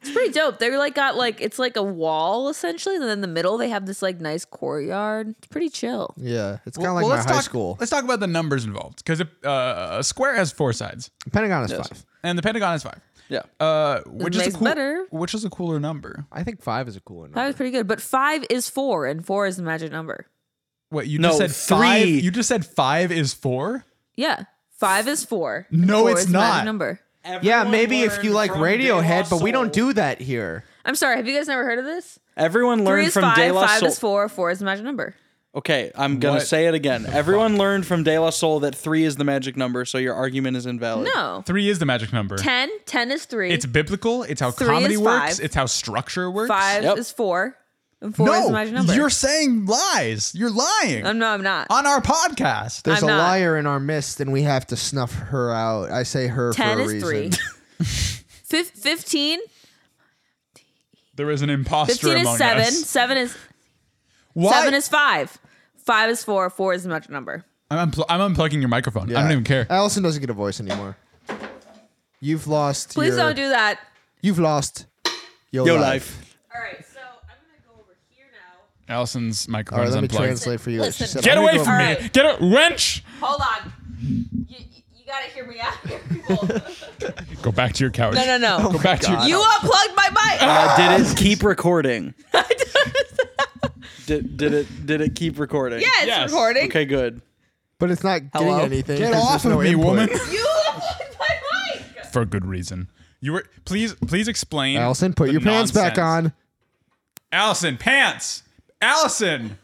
B: It's pretty dope. They like got like it's like a wall essentially, and then in the middle they have this like nice courtyard. It's pretty chill.
A: yeah, it's kind of like my
D: let's
A: high
D: talk,
A: school.
D: Let's talk about the numbers involved because uh, a square has four sides
A: Pentagon is five.
D: and the Pentagon is five.
C: yeah.
D: Uh, which is a
B: makes
D: cool,
B: better.
D: Which is a cooler number?
A: I think five is a cool
B: That
A: number.
B: was pretty good. But five is four, and four is the magic number.
D: What you
C: No,
D: just said five?
C: three.
D: You just said five is four.
B: Yeah, five is four. and
D: No,
B: four
D: it's
B: is the magic
D: not.
B: number.
A: Yeah, maybe if you like Radiohead, but we don't do that here.
B: I'm sorry. Have you guys never heard of this?
C: Everyone
B: Three
C: learned
B: is
C: from
B: five.
C: De La
B: five
C: Soul.
B: is four. Four is the magic number.
C: Okay, I'm gonna
D: What
C: say it again. Everyone learned from De La Soul that three is the magic number, so your argument is invalid.
B: No,
D: Three is the magic number.
B: ten. Ten is three.
D: It's biblical. It's how
B: Three
D: comedy
B: is
D: works.
B: five.
D: It's how structure works.
B: five
C: Yep.
B: is four, and four is the
D: No,
B: magic number.
D: you're saying lies. You're lying
B: I'm no, I'm not.
D: on our podcast.
A: There's
B: I'm
A: a
B: not.
A: liar in our midst, and we have to snuff her out. I say her
B: Ten
A: for a
B: is
A: reason.
B: three. Fif- Fifteen.
D: There is an imposter
B: 15 is
D: among
B: 7.
D: us.
B: 7 is
D: Why?
B: 7 is 5. 5 is 4. 4 is the magic number.
D: I'm, unpl- I'm unplugging your microphone. I don't even care.
A: Allison doesn't get a voice anymore. You've lost.
B: Please
A: your-
B: don't do that.
A: You've lost your,
C: Yo,
A: life.
C: life.
B: All right, so I'm going to go over here now.
D: Allison's
A: All
D: microphone
A: right,
D: is
A: let me
D: unplugged.
A: translate for you. what she
B: Listen.
A: said.
D: Get
A: Let me
D: away
A: go-
D: from me!
B: Alright.
D: Get a wrench!
B: Hold on. You, you got to hear me out here, people.
D: Go back to your couch.
B: No, no, no.
D: Go back to your.
A: Oh God.
B: You unplugged my mic.
C: Uh, did it keep recording? did, did it did it keep recording?
B: yeah, it's
D: Yes.
B: recording.
C: Okay, good.
A: But it's not getting
B: Hello?
A: anything.
D: Get
A: 'cause
D: off
A: there's
D: of
A: no
D: me,
A: input.
D: woman!
B: You unplugged my mic.
D: For good reason. You were please please explain.
A: Allison, put
D: the
A: your pants back
D: nonsense.
A: on.
D: Allison, pants. Allison.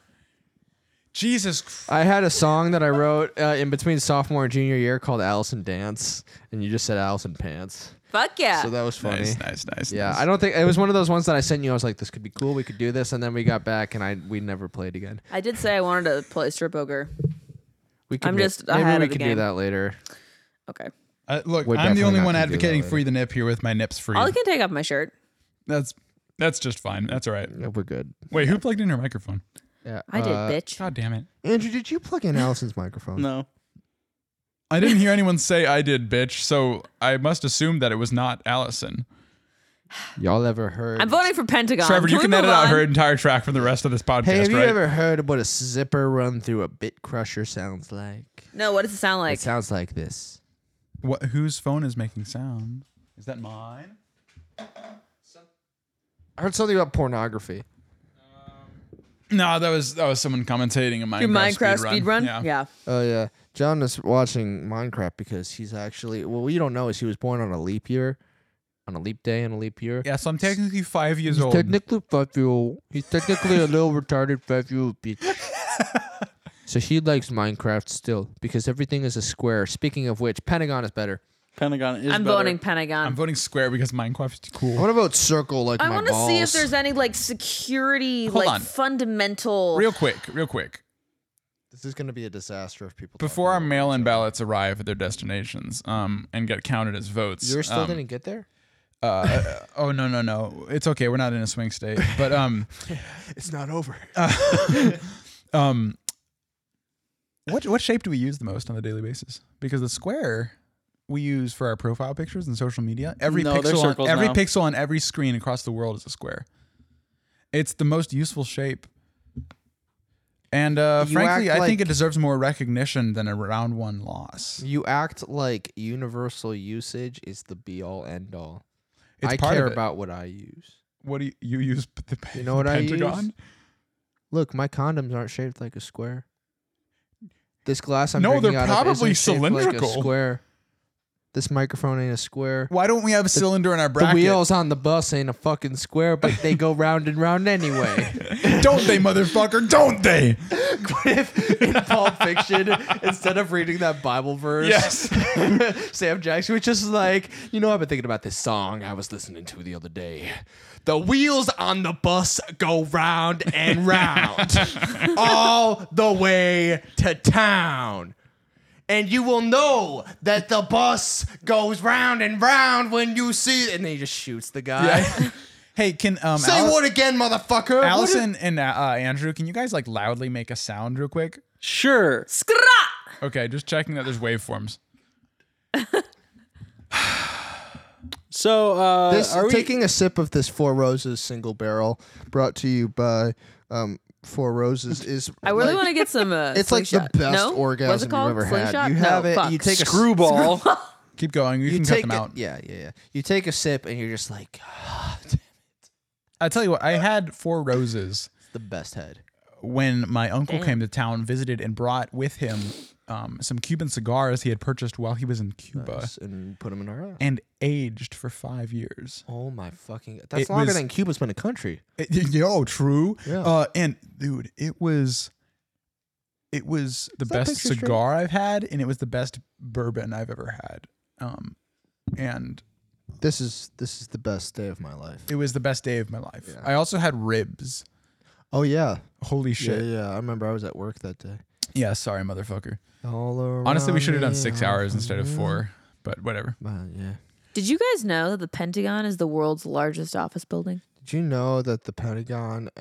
D: Jesus. Christ.
A: I had a song that I wrote uh, in between sophomore and junior year called Allison Dance, and you just said Allison Pants.
B: Fuck yeah.
A: So that was funny.
D: Nice, nice, nice.
A: Yeah,
D: nice.
A: I don't think it was one of those ones that I sent you. I was like, this could be cool. We could do this, and then we got back, and I we never played again.
B: I did say I wanted to play strip poker.
A: We could
B: I'm
A: ma-
B: just
A: maybe
B: ahead
A: we
B: of the
A: could do
B: game.
A: that later.
B: Okay.
D: Uh, look,
A: We're
D: I'm the
A: definitely
D: only
A: not
D: one
A: gonna do that
D: advocating
A: later.
D: free the nip here with my nips free.
B: I can take off my shirt.
D: That's that's just fine. That's all right.
A: Yeah, we're good.
D: Wait, who plugged in her microphone?
A: Yeah,
B: I did,
A: uh,
B: bitch.
D: God damn it!
A: Andrew, did you plug in Allison's microphone?
C: No.
D: I didn't hear anyone say I did, bitch. So I must assume that it was not Allison.
A: Y'all ever heard?
B: I'm voting for Pentagon.
D: Trevor, you
B: we
D: can
B: move
D: edit out
B: on?
D: her entire track from the rest of this podcast,
A: hey, have you
D: right?
A: ever heard of what a zipper run through a bit crusher sounds like?
B: No, what does it sound like?
A: It sounds like this.
D: what, whose phone is making sound? Is that mine?
A: I heard something about pornography.
D: No, that was that was someone commentating a Minecraft,
B: Your Minecraft speedrun?
D: Yeah.
B: yeah.
A: Oh yeah, John is watching Minecraft because he's actually well. What you don't know is he was born on a leap year, on a leap day, and a leap year.
D: Yeah, so I'm technically five years
A: He's
D: old.
A: Oh. technically five year old. He's technically a little retarded five year old bitch. so she likes Minecraft still because everything is a square. Speaking of which, Pentagon is better.
C: Pentagon is.
B: I'm
C: better.
B: voting Pentagon.
D: I'm voting square because Minecraft is cool.
A: What about circle like
B: I
A: my
B: want to
A: balls?
B: see if there's any like security,
D: Hold
B: like
D: on.
B: fundamental.
D: Real quick, real quick.
A: This is going to be a disaster if people.
D: Before
A: talk
D: our
A: about it.
D: mail-in ballots arrive at their destinations um, and get counted as votes,
A: You're still
D: um,
A: going to get there.
D: Uh, oh no, no, no! It's okay. We're not in a swing state, but um,
A: It's not over.
D: um, what what shape do we use the most on a daily basis? Because the square we use for our profile pictures and social media, every
C: No, they're
D: pixel, on,
C: circles
D: every
C: now.
D: pixel on every screen across the world is a square. It's the most useful shape, and uh,
A: You
D: frankly,
A: act
D: I think
A: like-
D: it deserves more recognition than a round one loss.
A: You act like universal usage is the be all end all.
D: It's
A: I
D: part
A: care
D: of it.
A: about what I use.
D: what do you, you use? p- The,
A: You know what I
D: Pentagon?
A: use? Look, my condoms aren't shaped like a square. This glass I'm
D: No,
A: drinking
D: they're
A: out of isn't
D: probably
A: shaped Like
D: cylindrical.
A: a square. This microphone ain't a square.
D: Why don't we have a cylinder in our bracket?
A: The wheels on the bus ain't a fucking square, but they go round and round anyway.
D: don't they, motherfucker? Don't they?
A: if in Pulp Fiction, instead of reading that Bible verse,
D: Yes.
A: Sam Jackson was just like, you know, I've been thinking about this song I was listening to the other day. The wheels on the bus go round and round all the way to town. And you will know that the bus goes round and round when you see it. And then he just shoots the guy.
D: hey, can um,
A: Say
D: Al-
A: what again, motherfucker?
D: Allison and uh, uh, Andrew, can you guys like loudly make a sound real quick?
C: Sure.
B: Skra!
D: Okay, just checking that there's waveforms.
C: So uh,
A: This
C: are we
A: taking a sip of this Four Roses single barrel brought to you by um, Four Roses is
B: I really
A: like,
B: want to get some. Uh,
A: It's like the
B: slingshot.
A: best
B: no? What's
A: orgasm
B: it
A: you've
B: called?
A: ever
B: slingshot?
A: had. You
B: No,
A: have it.
B: fuck.
A: You take a
C: screwball?
D: Keep going. You,
A: You
D: can
A: take
D: cut them
A: a-
D: out.
A: Yeah, yeah, yeah. You take a sip and you're just like, "Ah, it's
D: I tell you what, I had four roses
A: the best head.
D: when my uncle
A: Mm.
D: came to town, visited, and brought with him um, some Cuban cigars he had purchased while he was in Cuba
A: And put them in our ass.
D: and aged for five years.
A: Oh my fucking! That's
D: It
A: longer
D: was-
A: than Cuba's been a country.
D: It- y- Yo, true.
A: Yeah.
D: Uh, and dude, it was, it was the
A: that
D: best
A: picture straight?
D: cigar I've had, and it was the best bourbon I've ever had. Um, and
A: This is this is the best day of my life.
D: it was the best day of my life. I also had ribs.
A: Oh yeah,
D: Holy shit. Yeah,
A: yeah, yeah. I remember I was at work that day.
D: sorry, motherfucker.
A: All around
D: Honestly, we should have done
A: me,
D: six
A: all
D: hours instead of
A: around-
D: four, but whatever.
A: Uh, yeah.
B: Did you guys know that the Pentagon is the world's largest office building?
A: Do you know that the Pentagon? Uh,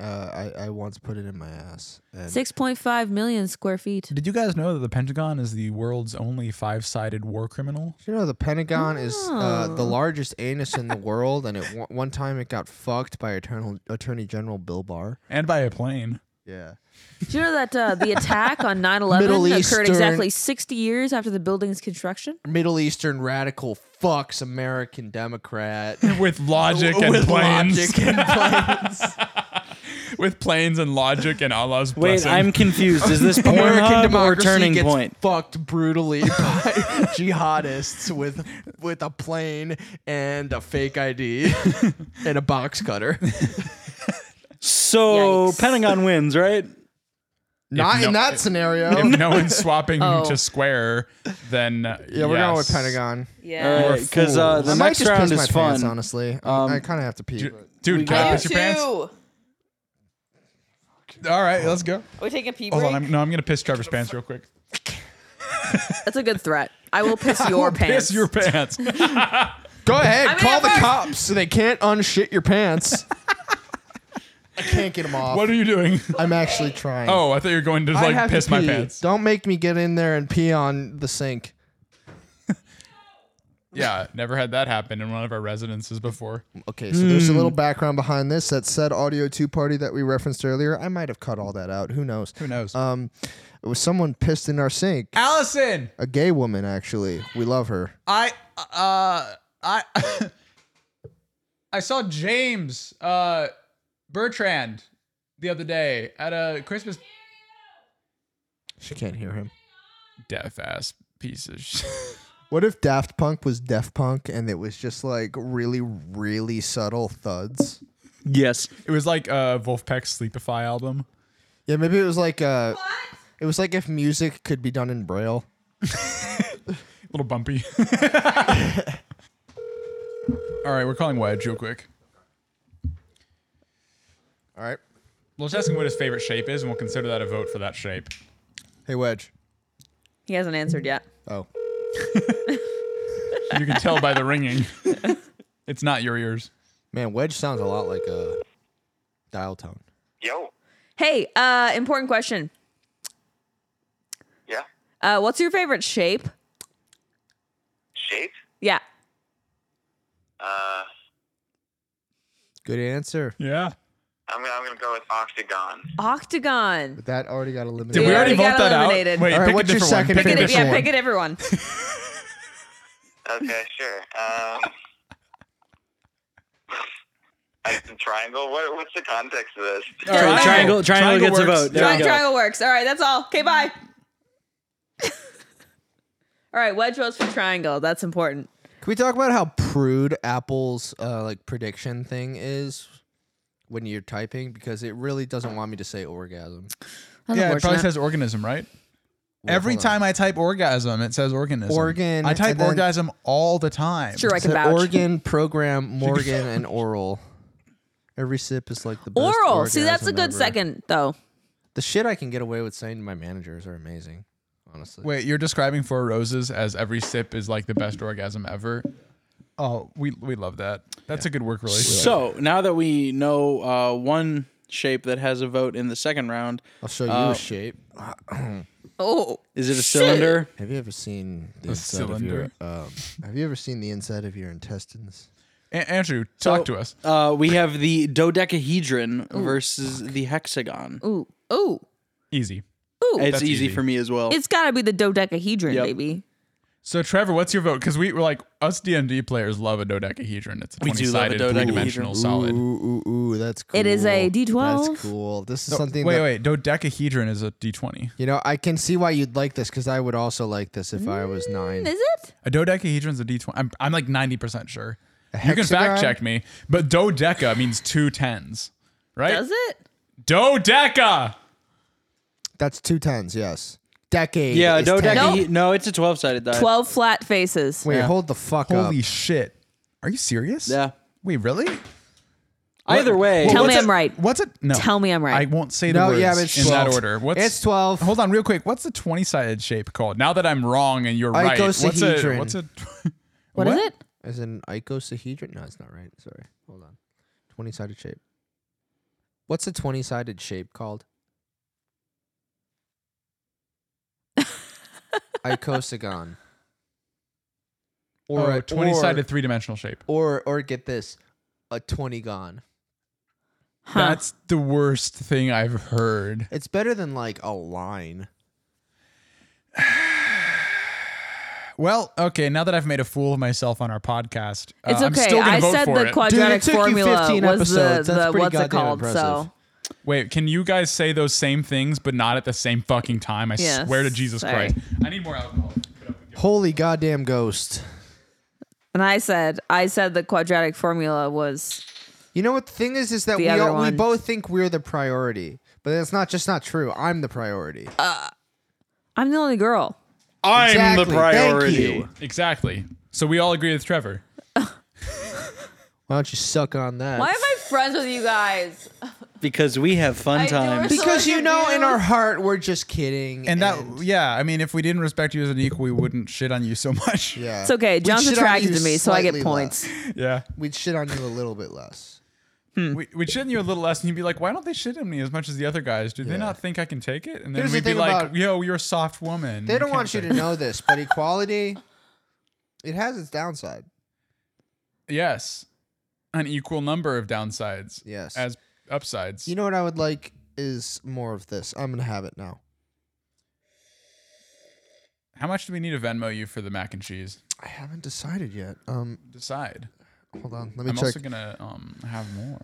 A: I I once put it in my ass. And
B: Six point five million square feet.
D: Did you guys know that the Pentagon is the world's only five sided war criminal?
A: Do you know the Pentagon is uh, the
B: Oh.
A: largest anus in the world, and it one time it got fucked by Eternal, Attorney General Bill Barr.
D: And by a plane.
A: Yeah.
B: Do you know that uh, the attack on 9-11
A: Middle
B: occurred
A: Eastern-
B: exactly sixty years after the building's construction?
A: Middle Eastern radical fucks American Democrat.
D: With logic and
A: With
D: planes.
A: logic and planes.
D: With planes and logic and Allah's
C: Wait,
D: blessing.
C: I'm confused. Is this
A: American
C: Pornhub or
A: democracy
C: Turning
A: gets
C: Point?
A: fucked brutally by jihadists with with a plane and a fake ID and a box cutter.
C: So
B: Yikes.
C: Pentagon wins, right?
A: Not
D: no-
A: in that scenario.
D: if no one's swapping
B: Oh.
D: to Square, then uh,
A: yeah, we're going with
D: yes.
A: Pentagon.
B: Yeah.
C: All right, because uh, the
A: I might
C: next
A: just
C: round
A: piss
C: is
A: my
C: fun.
A: pants, honestly. Um, I kind of have to pee.
D: Dude,
A: but-
D: dude can I
B: I
D: piss
B: do
D: your pants?
B: too.
D: All right, let's go.
B: Are we taking a pee
D: Hold on, I'm, no, I'm gonna piss Trevor's pants real quick.
B: That's a good threat. I will piss your pants.
D: Piss your pants.
A: Go ahead,
B: mean,
A: call
B: at
A: the
B: first-
A: cops so they can't unshit your pants. I can't get them off.
D: what are you doing?
A: I'm actually trying.
D: Oh, I thought you were going to
A: I
D: like
A: have to
D: piss my
A: pee.
D: pants.
A: Don't make me get in there and pee on the sink.
D: Yeah, never had that happen in one of our residences before.
A: Okay, so there's a little background behind this. That said audio two party that we referenced earlier, I might have cut all that out. Who knows? Who
D: knows?
A: Um, it was someone pissed in our sink.
D: Allison,
A: A gay woman, actually. We love her.
D: I uh I I saw James uh Bertrand the other day at a Christmas
A: She can't hear him.
D: deaf ass piece of shit.
A: What if Daft Punk was Def Punk and it was just like really, really subtle thuds?
C: Yes.
D: It was like uh Wolfpack's Sleepify album.
A: Yeah, maybe it was like uh, it was like if music could be done in braille.
D: A little bumpy. All right, we're calling Wedge real quick.
A: All right.
D: We'll just ask him what his favorite shape is, and we'll consider that a vote for that shape.
A: Hey Wedge.
B: He hasn't answered yet.
A: Oh.
D: You can tell by the ringing. It's not your ears.
A: Man, Wedge sounds a lot like a dial tone.
G: Yo.
B: Hey, uh, important question.
G: Yeah.
B: Uh, what's your favorite shape?
G: Shape.
B: Yeah.
G: Uh,
A: Good answer.
D: Yeah.
G: I'm gonna I'm gonna go with octagon.
B: Octagon.
A: But that already got eliminated.
D: Did we
B: Yeah,
D: already
B: we
D: vote
B: got
D: that
B: eliminated.
D: out? Wait,
A: All right,
D: pick
A: what's
D: a
A: your
D: different
A: second
D: one.
B: Pick
D: Pick a
A: favorite
B: it,
D: different
B: yeah,
D: one.
B: pick it, everyone.
G: Okay, sure. Um, I- triangle. What what's the context of this?
B: Doesn't matter.
C: Triangle, triangle gets a
D: works.
C: vote. There
B: Tri-
C: we go.
B: triangle works. All right, that's all. Okay, bye. all right, wedge votes for triangle. That's important.
A: Can we talk about how prude Apple's uh, like prediction thing is when you're typing because it really doesn't want me to say orgasm.
D: Yeah, it probably
B: Unfortunate.
D: says organism, right? Every
A: hold on.
D: time I type orgasm, it says organism.
A: Organ,
D: I type
A: and then-
D: orgasm all the time.
B: Sure, I
A: It's
B: can
A: an
B: vouch.
A: organ program, Morgan, and oral. Every sip is like the best
B: Oral. See, that's a
A: orgasm
B: good
A: ever.
B: second, though.
A: The shit I can get away with saying to my managers are amazing. Honestly,
D: Wait, you're describing Four Roses as every sip is like the best orgasm ever. Oh, we we love that. That's a good work relationship.
C: So now that we know uh, one shape that has a vote in the second round,
A: I'll show you a shape.
B: Oh,
C: is it a
B: Shit.
C: cylinder?
A: Have you ever seen the inside
D: cylinder.
A: of your? Um, have you ever seen the inside of your intestines?
D: A- Andrew, talk
C: So,
D: to us.
C: Uh, we have the dodecahedron versus the hexagon.
B: ooh, ooh,
D: Easy.
B: ooh.
C: It's
D: That's
C: easy,
D: easy.
C: for me as well.
B: it's got to be the dodecahedron,
C: Yep.
B: baby.
D: So Trevor, what's your vote? Because we were like us D and D players love a dodecahedron. It's a
C: We do
D: twenty
C: love a
D: sided three
C: dodecahedron.
D: dimensional
C: Ooh.
D: solid.
A: Ooh, ooh, ooh, that's cool.
B: It is a D12.
A: That's cool. This is something.
D: wait,
A: that,
D: wait, dodecahedron is a D twenty.
A: You know, I can see why you'd like this because I would also like this if I was nine.
B: Is it?
D: A dodecahedron is a D twenty. I'm I'm like ninety percent sure. You can
A: hexagon?
D: fact check me, but dodeca means two tens, right?
B: Does it?
D: Dodeca.
A: That's two tens, yes. Decade.
C: yeah,
A: is 10.
C: dodeca. No, it's a twelve-sided die.
B: Twelve flat faces.
A: Wait,
C: Yeah.
A: hold the fuck
D: Holy
A: up.
D: shit! Are you serious?
C: Yeah.
D: Wait, really?
C: Either way,
B: Tell me
D: What's
B: I'm
D: it-
B: right.
D: What's it? No.
B: Tell me I'm right.
D: I won't say the
A: no,
D: words
A: yeah, but it's
D: in
A: 12.
D: that order. What's
A: it's twelve.
D: Hold on, real quick. What's the twenty-sided shape called? Now that I'm wrong and you're right, what's a
A: Icosahedron.
D: what's a
B: what is it?
A: Is an icosahedron? No, it's not right. Sorry. Hold on. Twenty sided shape. What's a twenty sided shape called? Icosagon.
D: Or
A: a-
D: a 20 sided three dimensional oh, shape.
A: Or or get this, a twenty gon.
B: Huh.
D: That's the worst thing I've heard.
A: It's better than like a line.
D: Well, okay, now that I've made a fool of myself on our podcast, uh,
B: It's
D: I'm
B: okay.
D: still gonna
B: I
D: vote
B: said
D: for
B: the
D: it.
B: quadratic
A: Dude, it took you
B: formula
A: 15
B: was the,
A: episodes. That's
B: the
A: pretty
B: what's it
A: goddamn
B: called?
A: impressive.
B: So
D: Wait, can you guys say those same things but not at the same fucking time? I
B: Yes,
D: swear to Jesus
B: sorry.
D: Christ. I need more alcohol.
A: Holy goddamn ghost.
B: and I said I said the quadratic formula was
A: You know what the thing is is that
B: The
A: we
B: other
A: all, we
B: one.
A: both think we're the priority. But that's not just not true. I'm the priority.
B: I'm the only girl.
C: I'm
A: Exactly.
C: the
A: Thank
C: priority.
A: you.
D: Exactly. So we all agree with Trevor.
A: Why don't you suck on that?
B: Why am I friends with you guys?
C: Because we have fun
B: I do
C: times.
B: respect-
A: Because you know, in
B: Sorry,
A: our
B: dude.
A: heart, we're just kidding.
D: And that, yeah, I mean, if we didn't respect you as an equal, we wouldn't shit on you so much.
A: yeah,
B: It's okay.
A: We'd
B: John's
A: shit on
B: attracted
A: you
B: to me, so I get
A: slightly
B: points.
A: less.
D: Yeah.
A: We'd shit on you a little bit less. Hmm.
D: We, we'd shit on you a little less, and you'd be like, why don't they shit on me as much as the other guys? Do they not think I can take it? And then
A: Here's the
D: we'd be
A: thing
D: like,
A: about-
D: yo, you're a soft woman.
A: They don't want you
D: can't
A: to know this, but equality, it has its downside.
D: take-" Yes. An equal number of downsides.
A: Yes.
D: As upsides.
A: You know what I would like is more of this. I'm gonna have it now.
D: How much do we need to Venmo you for the mac and cheese?
A: I haven't decided yet. Um,
D: Decide.
A: hold on. Let me
D: I'm
A: check.
D: also gonna um have more.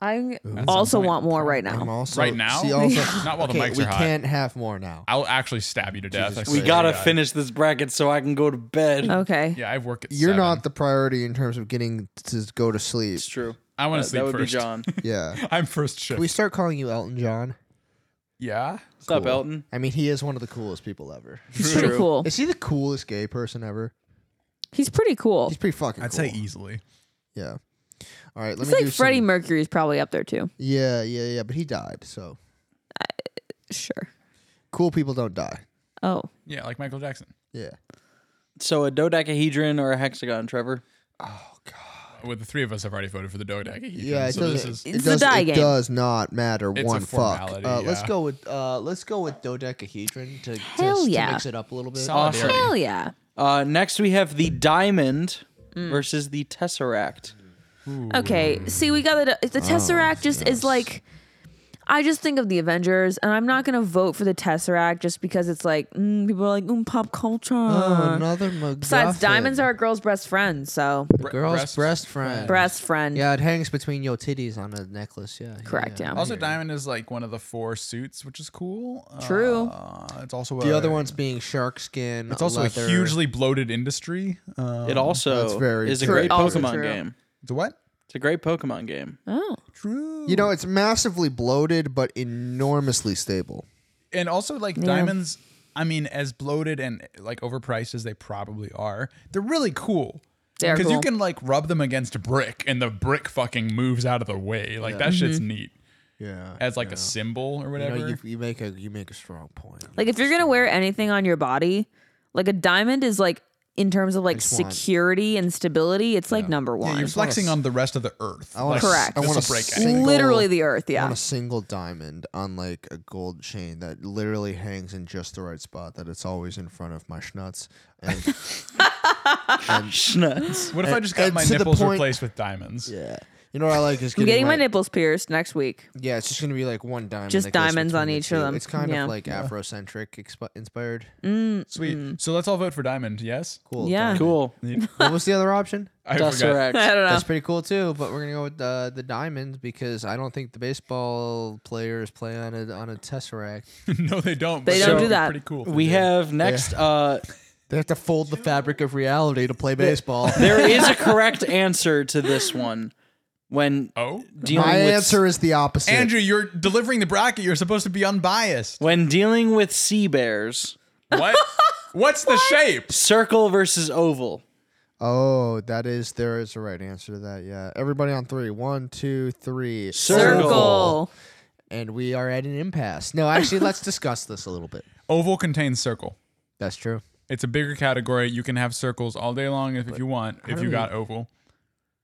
B: I
D: At
B: also
D: some point.
B: want more right
A: I'm
B: now.
A: also
D: Right now?
A: See, also,
D: Not while the
A: okay,
D: mics
A: we
D: are hot.
A: can't have more now.
D: I'll actually stab you to death.
A: Jesus
D: I
A: Christ.
C: we
D: swear
C: gotta
D: to God.
C: finish this bracket so I can go to bed.
B: Okay.
D: Yeah, I've worked. At
A: You're
D: seven.
A: not the priority in terms of getting to go to sleep.
C: It's true.
D: I want
C: That,
D: to sleep
C: that would
D: first.
C: be John.
A: Yeah.
D: I'm first
A: Can
D: shift.
A: we start calling you Elton John?
D: yeah.
C: What's up, Elton?
A: I mean, he is one of the coolest people ever.
B: He's pretty
C: True.
B: cool.
A: Is he the coolest gay person ever?
B: He's pretty cool.
A: He's pretty fucking.
D: I'd
A: cool.
D: say easily.
A: Yeah. All right. Let
B: It's
A: me
B: like
A: do
B: Freddie
A: some-
B: Mercury's probably up there too.
A: Yeah, yeah, yeah. But he died, so
B: Sure.
A: cool people don't die.
B: Oh.
D: Yeah, like Michael Jackson.
A: Yeah.
C: So a dodecahedron or a hexagon, Trevor?
A: Oh God.
D: Well, the three of us have already voted for the dodecahedron.
A: Yeah, it
D: so this
A: doesn't.
D: is
A: it
B: It's a
A: does,
B: die
A: it
B: game.
A: does not matter
D: It's a
A: one fuck. Uh,
D: formality,
A: Let's
D: yeah.
A: go with uh, let's go with dodecahedron to, to,
B: Hell
A: to
B: yeah.
A: mix it up a little bit.
C: Awesome.
D: Solidarity.
B: Hell yeah.
C: Uh, next we have the diamond
B: Mm.
C: versus the tesseract.
B: Okay. See, we got the the Tesseract. Just is like, I just think of the Avengers, and I'm not gonna vote for the Tesseract just because it's like mm, people are like, mm, pop culture.
A: Oh, another MacGuffin.
B: Besides, diamonds are a girl's best friend, so
A: The girl's breast,
D: breast
A: friend.
B: breast friend.
A: Yeah, it hangs between your titties on a necklace. Yeah.
B: Correct, yeah.
D: Also, Diamond is like one of the four suits, which is cool.
B: True.
D: Uh, it's also
A: The
D: a-
A: other one's being shark skin.
D: It's also
A: leather.
D: a hugely bloated industry. Uh,
C: It also
A: Oh, that's very
C: is
A: true.
C: a great
B: Also
C: Pokemon
B: true.
C: game.
D: it's a what?
C: It's a great Pokemon game.
B: Oh,
D: True.
A: You know, it's massively bloated but enormously stable.
D: and also like diamonds i mean as bloated and like overpriced as they probably are they're really cool
B: They're
D: you
B: cool.
D: can like rub them against brick and the brick fucking moves out of the way like that shit's
B: Mm-hmm.
D: neat
A: Yeah.
D: as like a symbol or
A: you, know,
D: whatever
A: you, you make a you make a strong point.
B: like if you're gonna wear anything on your body, like a diamond is like in terms of like
A: want-
B: security and stability, it's like number
D: yeah,
B: one.
D: you're flexing on the rest of the earth
A: I want
D: like,
A: a, s-
B: Correct.
A: I
D: this
A: want
D: will
A: a
D: break
A: single,
B: Literally the Earth.
A: I want
B: Yeah.
A: a single diamond on like a gold chain that literally hangs in just the right spot that it's always in front of my schnutz. And
C: Schnuts.
D: what if i just
A: and
D: got my
A: to the
D: nipples
A: point-
D: replaced with diamonds
A: yeah, you know what I like is
B: I'm
A: getting,
B: getting my
A: my,
B: nipples pierced next week.
A: Yeah, it's just gonna be like one diamond.
B: Just
A: that goes
B: diamonds
A: between
B: on
A: the
B: each of
A: two.
B: them.
A: It's kind
B: Yeah. Mm-hmm.
A: of like Afrocentric exp- inspired.
D: sweet so let's all vote for diamond yes
A: Cool.
B: Yeah.
A: diamond.
C: Cool.
A: What was the other option?
D: I forgot.
B: I don't
C: Tesseract.
B: know.
A: That's pretty cool too, but we're gonna go with uh, the diamonds because I don't think the baseball players play on a on a tesseract.
D: no they don't
B: They don't
D: but that
B: do
D: would be
B: that.
D: pretty cool if they
C: We
D: did.
C: have next. Uh,
A: They have to fold the fabric of reality to play baseball.
C: there is a correct answer to this one. When
D: oh
C: dealing
A: My
C: with
A: answer is the opposite.
D: andrew you're delivering the bracket you're supposed to be unbiased
C: when dealing with sea bears,
D: what what's the shape
C: circle versus oval.
A: Oh, that is there is a right answer to that. Yeah. Everybody on three. One, two, three.
C: Circle.
B: Circle.
A: And we are at an impasse. No, actually, let's discuss this a little bit.
D: Oval contains circle.
A: That's true.
D: It's a bigger category. You can have circles all day long if, if you want. If you got oval,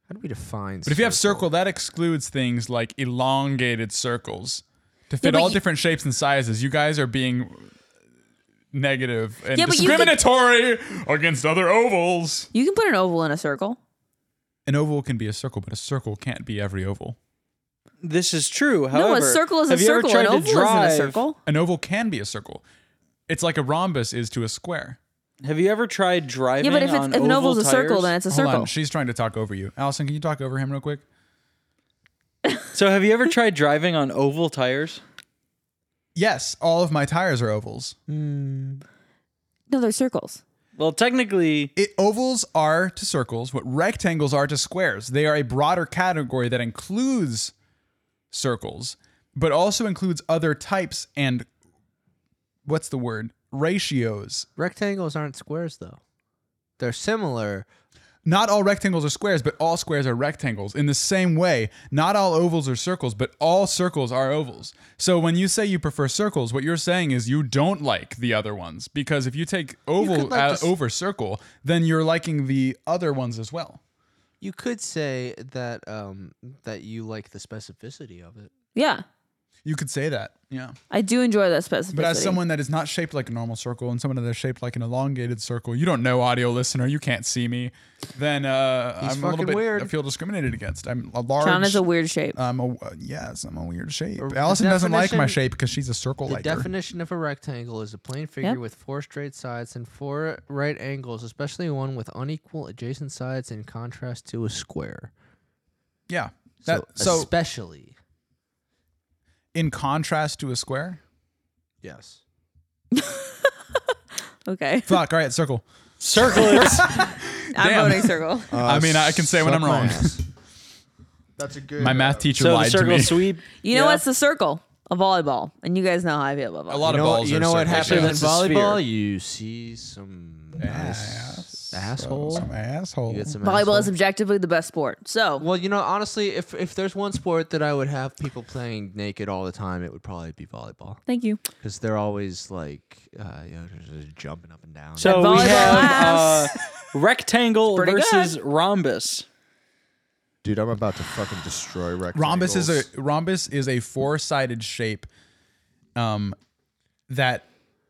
A: How do we define?
D: But if you have circle, that excludes things like elongated circles to fit
B: but
D: all
B: you-
D: different shapes and sizes. You guys are being negative and
B: Yeah, but you could-
D: discriminatory against other ovals.
B: You can put an oval in a circle.
D: An oval can be a circle, but a circle can't be every oval.
C: This is true. However,
B: no, a circle is a
C: have you ever
B: circle.
C: tried
B: An
C: to
B: oval isn't a
C: drive-
B: circle.
D: An oval can be a circle. It's like a rhombus is to a square.
C: Have you ever tried driving?
B: Yeah, but if, it's,
C: on
B: if an oval's a
C: tires?
B: circle, then it's a
D: Hold
B: circle.
D: on, she's trying to talk over you. Allison, can you talk over him real quick?
C: so have you ever tried driving on oval tires?
D: Yes, all of my tires are ovals.
B: no, they're circles.
C: Well, technically,
D: It, ovals are to circles what rectangles are to squares. They are a broader category that includes circles, but also includes other types and what's the word? Ratios.
A: rectangles aren't squares though. They're similar.
D: Not all rectangles are squares, but all squares are rectangles. In the same way, not all ovals are circles, but all circles are ovals. So when you say you prefer circles, what you're saying is you don't like the other ones because if you take oval
A: like
D: out-
A: this-
D: over circle, then you're liking the other ones as well.
A: You could say that um that you like the specificity of it.
B: Yeah,
D: You could say that. Yeah.
B: I do enjoy that specificity.
D: But as someone that is not shaped like a normal circle and someone that is shaped like an elongated circle, you don't know audio listener, you can't see me, then uh,
A: He's
D: I'm a little
A: fucking
D: bit
A: weird.
D: I feel discriminated against. I'm a large
B: John is a weird shape.
D: I'm a uh, yes, I'm a weird shape.
A: Or-
D: Allison
A: the
D: doesn't like my
A: definition-
D: shape because she's a circle
A: The
D: liker.
A: definition of a rectangle is a plane figure
B: Yep.
A: with four straight sides and four right angles, especially one with unequal adjacent sides in contrast to a square.
D: yeah. That,
A: so,
D: so,
A: especially
D: in contrast to a square.
A: yes.
B: okay,
D: Fuck. All right, circle.
C: circle is
B: I'm voting circle.
D: I mean, I can say when I'm wrong.
E: That's a good. uh,
D: My math teacher
C: so the
D: lied to
C: circle
D: me.
C: sweep.
B: You know
C: Yeah.
B: what's the circle? A volleyball, and you guys know how I feel about volleyball.
D: a lot
A: you
D: of
A: know,
D: balls.
A: you know what happens
C: yeah.
A: in
C: That's a sphere.
A: volleyball? You see some ass, asshole.
D: Some asshole.
A: You get some asshole.
B: Volleyball is objectively the best sport. So
A: Well, you know, honestly, if if there's one sport that I would have people playing naked all the time, it would probably be volleyball
B: thank you.
A: because they're always like, uh, you know, just jumping up and down.
C: So we
B: volleyball
C: have
B: ass.
C: uh, rectangle
B: pretty good.
C: versus rhombus.
E: Dude, I'm about to fucking destroy rectangles.
D: Rhombus is a rhombus is a four-sided shape um that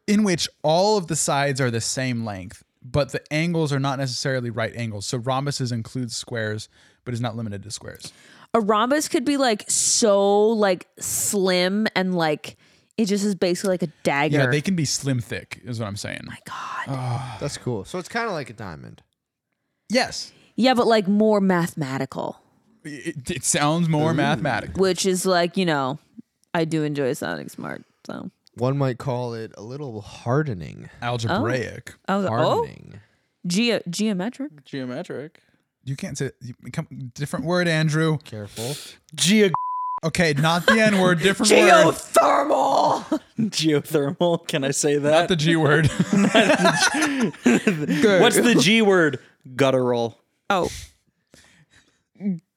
D: in which all of the sides are the same length, but the angles are not necessarily right angles. So rhombuses includes squares, but is not limited to squares.
B: a rhombus could be like so like slim and like it just is basically like a dagger.
D: Yeah, they can be slim thick, is what I'm saying.
B: God.
A: that's cool. So it's kind of like a diamond.
D: yes.
B: Yeah, but like more mathematical,
D: It, it sounds more mathematical.
B: which is like you know, I do enjoy sounding smart. So
A: One might call it a little hardening.
D: Algebraic.
B: I was like, oh,
A: Hardening.
B: geo geometric.
C: Geometric.
D: You can't say you, come, different word, Andrew.
A: Careful.
C: Geo
D: Okay, not the N word, different word.
B: Geothermal.
C: geothermal. Can I say that?
D: Not the G word.
C: What's the G word? Guttural.
B: oh,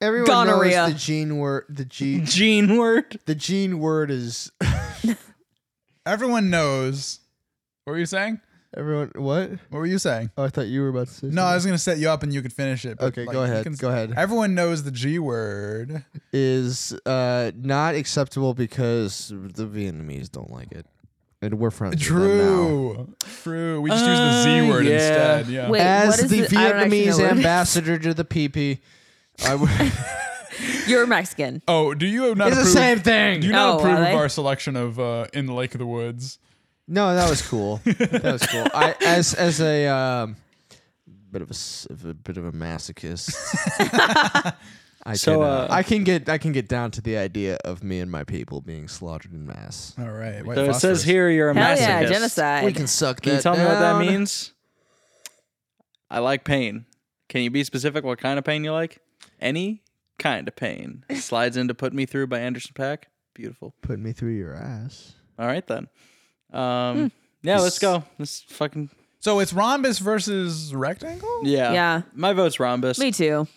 A: Everyone
B: Gonorrhea.
A: knows the gene word. The gene.
C: Gene word.
A: The gene word is
D: Everyone knows. What were you saying?
A: everyone. What?
D: What were you saying?
A: Oh, I thought you were about to say.
D: No, I was gonna set you up and you could finish it. but,
A: Okay,
D: like,
A: go
D: you
A: ahead, go ahead.
D: Everyone knows the G word.
A: is uh, not acceptable because the Vietnamese don't like it, and we're friends. With them now.
D: True. True. We just use the Z
C: Uh,
D: word
C: yeah.
D: instead. Yeah.
B: wait, what
A: As
B: is
A: the
B: it? I don't actually know
A: Vietnamese
B: what it is.
A: ambassador to the PP, I would.
B: You're Mexican.
D: Oh, do you not
A: it's the
D: approve?
A: same thing.
D: Do you not
B: Oh,
D: approve
B: are
D: of
B: they?
D: our selection of uh, "In the Lake of the Woods"?
A: No, that was cool. that was cool. I as as a um, bit of a, s- of a bit of a masochist. I
C: So,
A: can, uh,
C: uh,
A: I can get I can get down to the idea of me and my people being slaughtered in mass.
D: All right.
C: So it says here you're a
B: Hell
C: masochist.
B: yeah,
A: We
B: genocide.
A: can suck
C: Can you
A: that
C: tell me what that
A: down.
C: means? I like pain. Can you be specific what kind of pain you like? Any kind of pain. Slides into Put Me Through by Anderson Pack. Beautiful.
A: Put me through your ass.
C: All right then.
A: Hmm.
C: Um yeah, let's go. Let's fucking
D: So it's rhombus versus rectangle.
C: yeah.
B: Yeah.
C: My vote's rhombus.
B: Me too.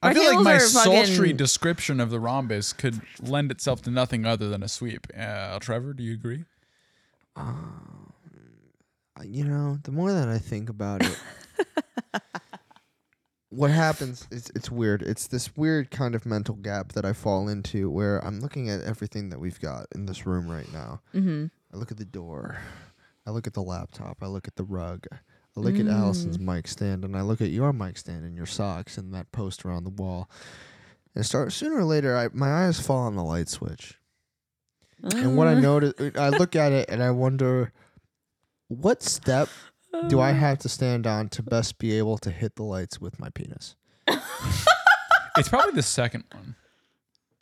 D: I feel
B: Rectangles
D: like my
B: are
D: sultry
B: fucking-
D: description of the rhombus could lend itself to nothing other than a sweep. Uh, Trevor, do you agree?
A: Uh, you know, the more that I think about it, what happens is it's weird. It's this weird kind of mental gap that I fall into where I'm looking at everything that we've got uh, in this room right now.
B: Mm-hmm.
A: I look at the door. I look at the laptop. I look at the rug. I look at Allison's mic stand, and I look at your mic stand and your socks and that poster on the wall. And start sooner or later, I, my eyes fall on the light switch, and what I
F: Mm-hmm.
A: notice, uh, I look at it and I wonder, what step do
F: Mm-hmm.
A: I have to stand on to best be able to hit the lights with my penis?
D: It's probably the second one.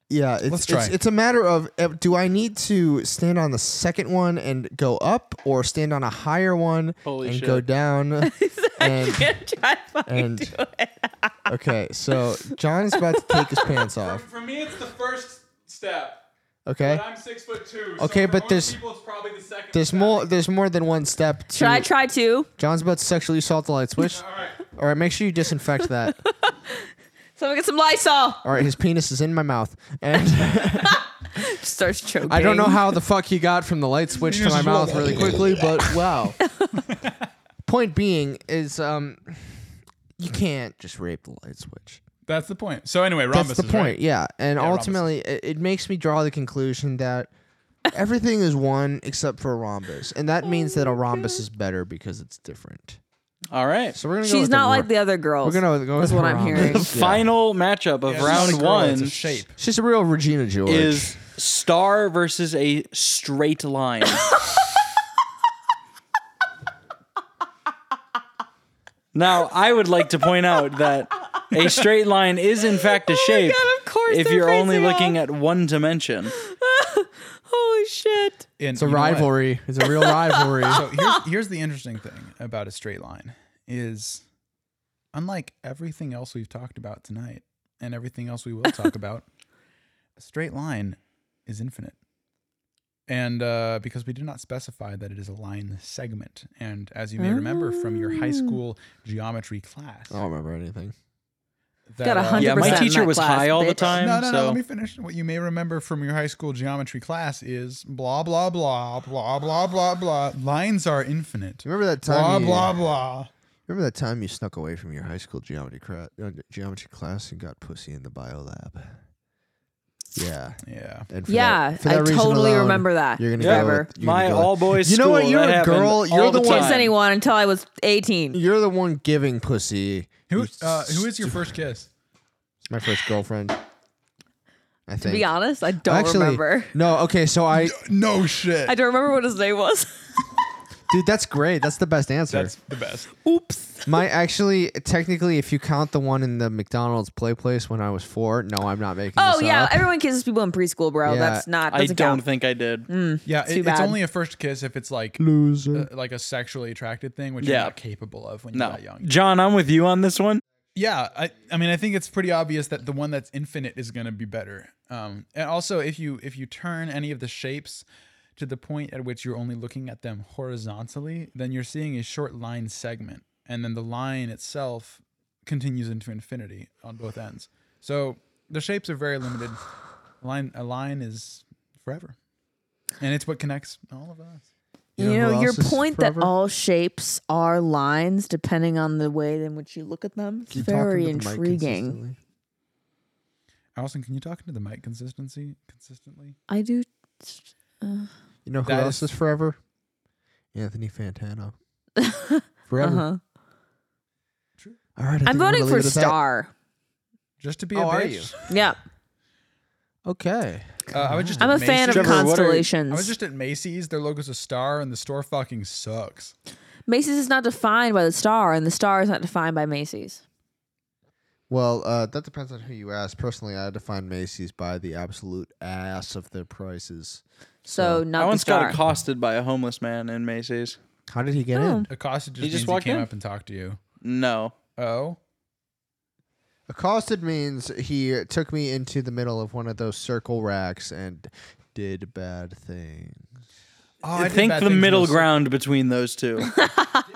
A: Yeah, it's,
D: Let's try.
A: It's, it's a matter of uh, do I need to stand on the second one and go up, or stand on a higher one
C: Holy
A: and
C: shit.
A: go down?
B: I
A: and-
B: can't try to fucking
A: and-
B: do it.
A: okay, so John's about to take his pants off.
E: For me, it's the first step.
A: Okay,
E: But I'm six foot two.
A: Okay,
E: so for
A: but
E: most
A: there's-
E: people, it's probably the second
A: there's
E: step.
A: more. There's more than one step. To,
B: Should I try two?
A: John's about to sexually assault the light switch.
E: All right.
A: All right, make sure you disinfect that.
B: Someone get some Lysol.
A: All right, his penis is in my mouth, and
B: Starts choking.
A: I don't know how the fuck he got from the light switch to my mouth really quickly, but wow. Point being is um, you can't just rape the light switch.
D: That's the point. So anyway,
A: That's
D: rhombus.
A: the
D: is
A: point,
D: right.
A: yeah. And
D: rhombus.
A: ultimately, it, it makes me draw the conclusion that everything is one except for a rhombus, and that means that a rhombus is better because it's different.
C: All right.
A: So we're gonna. go
B: She's
A: with
B: not
A: the
B: like
A: wor-
B: the other girls.
A: We're gonna go
B: That's
A: with
B: what
A: the
B: I'm
A: rhombus.
B: hearing.
C: The final matchup of
D: Yeah, it's not a
C: round
D: girl, It's
C: one
D: a shape.
A: She's a real Regina George.
C: is star versus a straight line. now, I would like to point out that a straight line is in fact a shape
B: Oh God, of course
C: if
B: they're
C: you're only
B: facing
C: looking at one dimension.
B: Holy shit.
D: And
A: it's a
D: you know what?
A: rivalry. It's a real rivalry.
D: So here's here's the interesting thing about a straight line is unlike everything else we've talked about tonight and everything else we will talk about, a straight line is infinite. And uh, because we did not specify that it is a line segment, and as you may remember from your high
A: Mm.
D: school geometry class,
A: I don't remember anything.
D: that,
B: Got a
D: uh,
B: hundred
C: Yeah, my
B: percent in
C: teacher
B: that
C: was
B: class,
C: high all the
B: bitch.
C: time.
D: No, no, no.
C: so
D: Let me finish. What you may remember from your high school geometry class is blah blah blah blah blah blah blah. Lines are infinite.
A: Do you remember that time?
D: Blah
A: you-
D: blah blah.
A: Remember that time you snuck away from your high school geometry cra- uh, geometry class and got pussy in the bio lab? Yeah.
D: Yeah.
A: And for
B: Yeah,
A: that- for
B: I
A: that reason
B: totally
A: alone,
B: remember that.
A: You're gonna
C: Yeah.
A: go.
B: Forever.
A: With, you're
C: my
A: gonna go
C: all
A: with-
C: boys.
A: You know what?
C: school,
A: You're
C: that
A: a
C: happened
A: girl.
C: all
A: You're the one-
C: time.
B: Kiss anyone until I was 18.
A: You're the one giving pussy.
D: Who
A: You
D: uh, who is your first kiss?
A: My first girlfriend. I think.
B: To be honest, I don't
A: Actually,
B: remember.
A: No. Okay. So I,
D: No shit.
B: I don't remember what his name was.
A: dude, that's great. That's the best answer.
D: That's the best.
B: Oops.
A: my actually, technically, if you count the one in the McDonald's play place when I was four, no, I'm not making.
B: Oh
A: this
B: yeah,
A: up.
B: everyone kisses people in preschool, bro.
A: Yeah.
B: That's not.
C: I
B: Doesn't
C: don't
B: count.
C: think I did.
B: Mm.
D: Yeah, it- it's
B: bad.
D: only a first kiss if it's like
A: loser.
D: uh, like a sexually attracted thing, which
C: Yeah.
D: you're not capable of when you're
C: No,
D: that young.
C: John, I'm with you on this one.
D: Yeah, I, I mean I think it's pretty obvious that the one that's infinite is gonna be better. Um, and also if you if you turn any of the shapes to the point at which you're only looking at them horizontally, then you're seeing a short line segment, and then the line itself continues into infinity on both ends. So the shapes are very limited. A line a line is forever, and it's what connects all of us.
B: You,
A: You know
B: know,
A: who
B: your
A: else is
B: point
A: forever?
B: that all shapes are lines, depending on the way in which you look at them, it's
A: Keep talking
B: very
A: to the mic
B: intriguing.
A: consistently.
D: Allison, can you talk into the mic consistency consistently?
B: I do.
A: You know who
D: That
A: else is
D: is-
A: forever? Anthony Fantano.
B: Uh
A: Forever.
B: huh.
A: All right. I think
B: Uh-huh. I'm
A: we're gonna
B: voting for
A: leave it at that.
B: star.
D: Just to be
A: Oh,
D: a
A: are
D: bitch.
B: Yeah,
A: Okay.
D: Uh, I was just.
B: I'm
D: at
B: a fan of
D: Macy's.
C: Trevor, what are-
B: constellations.
D: I was just at Macy's. Their logo's a star, and the store fucking sucks.
B: Macy's is not defined by the star, and the star is not defined by Macy's.
A: Well, uh, that depends on who you ask. Personally, I define Macy's by the absolute ass of their prices.
B: So not
C: I
B: the
C: once got
B: star.
C: accosted by a homeless man in Macy's.
A: How did he get
B: Oh.
A: in?
D: Acosta just,
C: He just
D: means
C: walked
D: he came
C: in?
D: up and talked to you.
C: No.
D: Oh,
A: Accosted means he took me into the middle of one of those circle racks and did bad things.
D: oh
C: I think the middle ground between those two.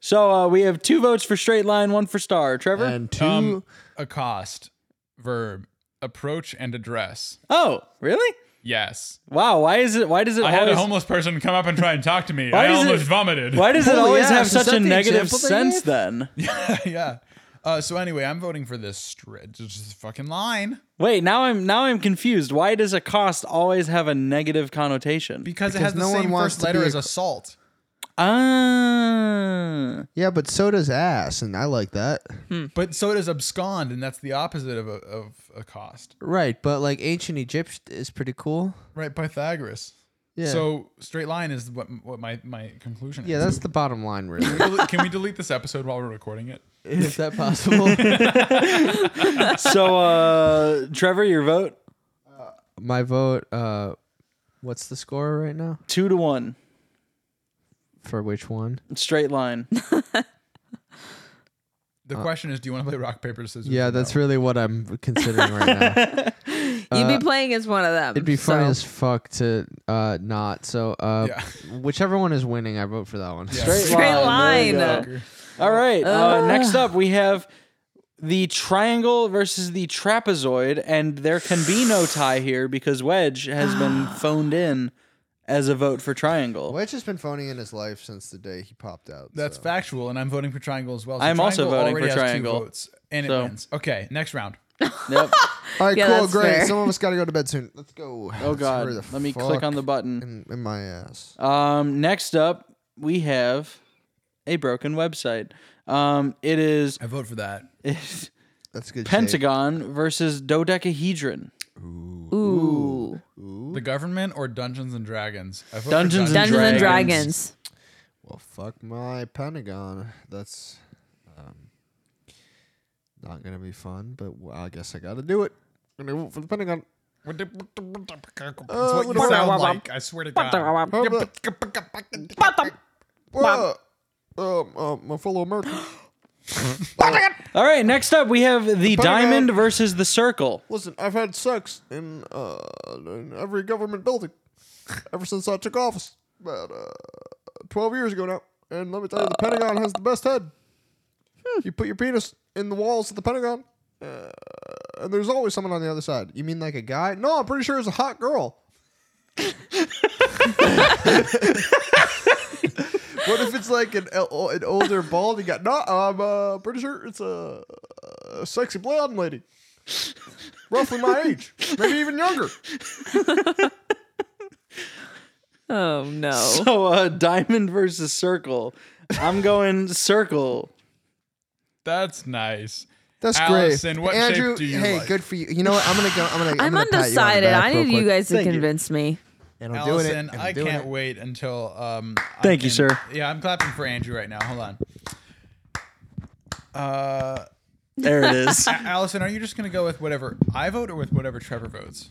C: so uh, we have two votes for straight line, one for star. Trevor?
A: And two.
D: Um, accost verb approach and address.
C: oh, really?
D: Yes,
C: Wow. Why is it? Why does it
D: I had a
C: always?
D: homeless person come up and try and talk to me.
C: Why
D: I
C: does it-
D: almost vomited.
C: why does it
A: Holy
C: always
A: ass,
C: have
A: is
C: such
A: that
C: a
A: the
C: negative
A: example they
C: sense
A: gave?
C: then?
D: yeah. Uh, so anyway, I'm voting for this straight, just fucking line
C: Wait, now I'm now I'm confused. Why does accost always have a negative connotation?
D: because, it
F: Because
D: has the
F: no one
D: same
F: wants
D: first
F: to be
D: letter as
F: a-
D: assault.
C: Ah.
F: Yeah, but so does ass, and I like that.
D: But so does abscond, and that's the opposite of a, of accost.
F: Right, but like ancient Egypt is pretty cool.
D: Right, Pythagoras.
F: Yeah.
D: So straight line is what what my my conclusion.
F: yeah,
D: is.
F: that's the bottom line, really.
D: Can we delete- Can we delete this episode while we're recording it?
F: Is that possible?
C: So uh Trevor, your vote?
F: My vote. Uh, what's the score right now
C: Two to one.
F: for which one?
C: Straight line.
D: The question is, do you want to play rock paper scissors?
F: Uh, Yeah,
D: or
F: that's
D: no?
F: really what I'm considering right now.
B: Oh, You'd be playing as one of them.
F: It'd be funny
B: so-
F: as fuck to uh, not. So uh, whichever one is winning, I vote for that one.
D: Yeah.
C: Straight,
B: Straight
C: line. There you
B: line.
C: go. All right. Uh, next up, we have the triangle versus the trapezoid, and there can be no tie here because Wedge has been phoned in as a vote for triangle.
F: Wedge has been phoning in his life since the day he popped out.
D: That's factual, and I'm voting for triangle as well.
C: I'm also
D: triangle
C: voting for
D: already has two
C: triangle.
D: votes, and
C: So-
D: it wins. Okay, next round.
C: Yep.
F: All right,
B: Yeah,
F: cool,
B: that's
F: great.
B: fair.
F: Some of us got to go to bed soon. Let's go.
C: Oh God. Let me click on the button.
F: in, in my ass.
C: Um, next up, we have a broken website. Um, it is
D: I vote for that.
C: it's
F: That's good. shape.
C: pentagon versus dodecahedron.
B: Ooh.
D: The government or Dungeons and Dragons? I vote for
C: Dungeons and
B: Dungeons and
C: Dragons.
B: Dragons.
F: Well, fuck my Pentagon. That's um, not gonna be fun, but w- I guess I got to do it. I'm gonna vote for the Pentagon. Uh,
D: That's what you sound like. I swear to God.
F: Whoa. Um, um, my fellow American.
C: All right, next up we have the
F: Pentagon.
C: diamond versus the circle.
F: Listen, I've had sex in uh in every government building ever since I took office about uh, twelve years ago now. And let me tell you, the Pentagon has the best head. You put your penis in the walls of the Pentagon, uh, and there's always someone on the other side. You mean like a guy? No, I'm pretty sure it's a hot girl. what if it's like an el- an older baldy guy? No, I'm uh, pretty sure it's a, a sexy blonde lady roughly my age, maybe even younger.
B: Oh no.
C: So uh diamond versus circle. I'm going circle.
D: That's nice.
F: That's
D: Allison,
F: great.
D: what shape
F: Andrew,
D: do you
F: hey,
D: like?
F: good for you. You know what? I'm gonna go. I'm gonna.
B: I'm
F: gonna pat you on the
B: undecided.
F: back
B: I
F: real
B: need you
F: quick.
B: guys to
F: Thank you.
B: convince me.
F: And I'm doing it.
D: Allison,
F: and I'm
D: I
F: doing
D: can't
F: it.
D: wait until. Um, I
C: Thank you,
D: can-
C: sir.
D: Yeah, I'm clapping for Andrew right now. Hold on. Uh,
C: There it is.
D: Allison, are you just gonna go with whatever I vote or with whatever Trevor votes?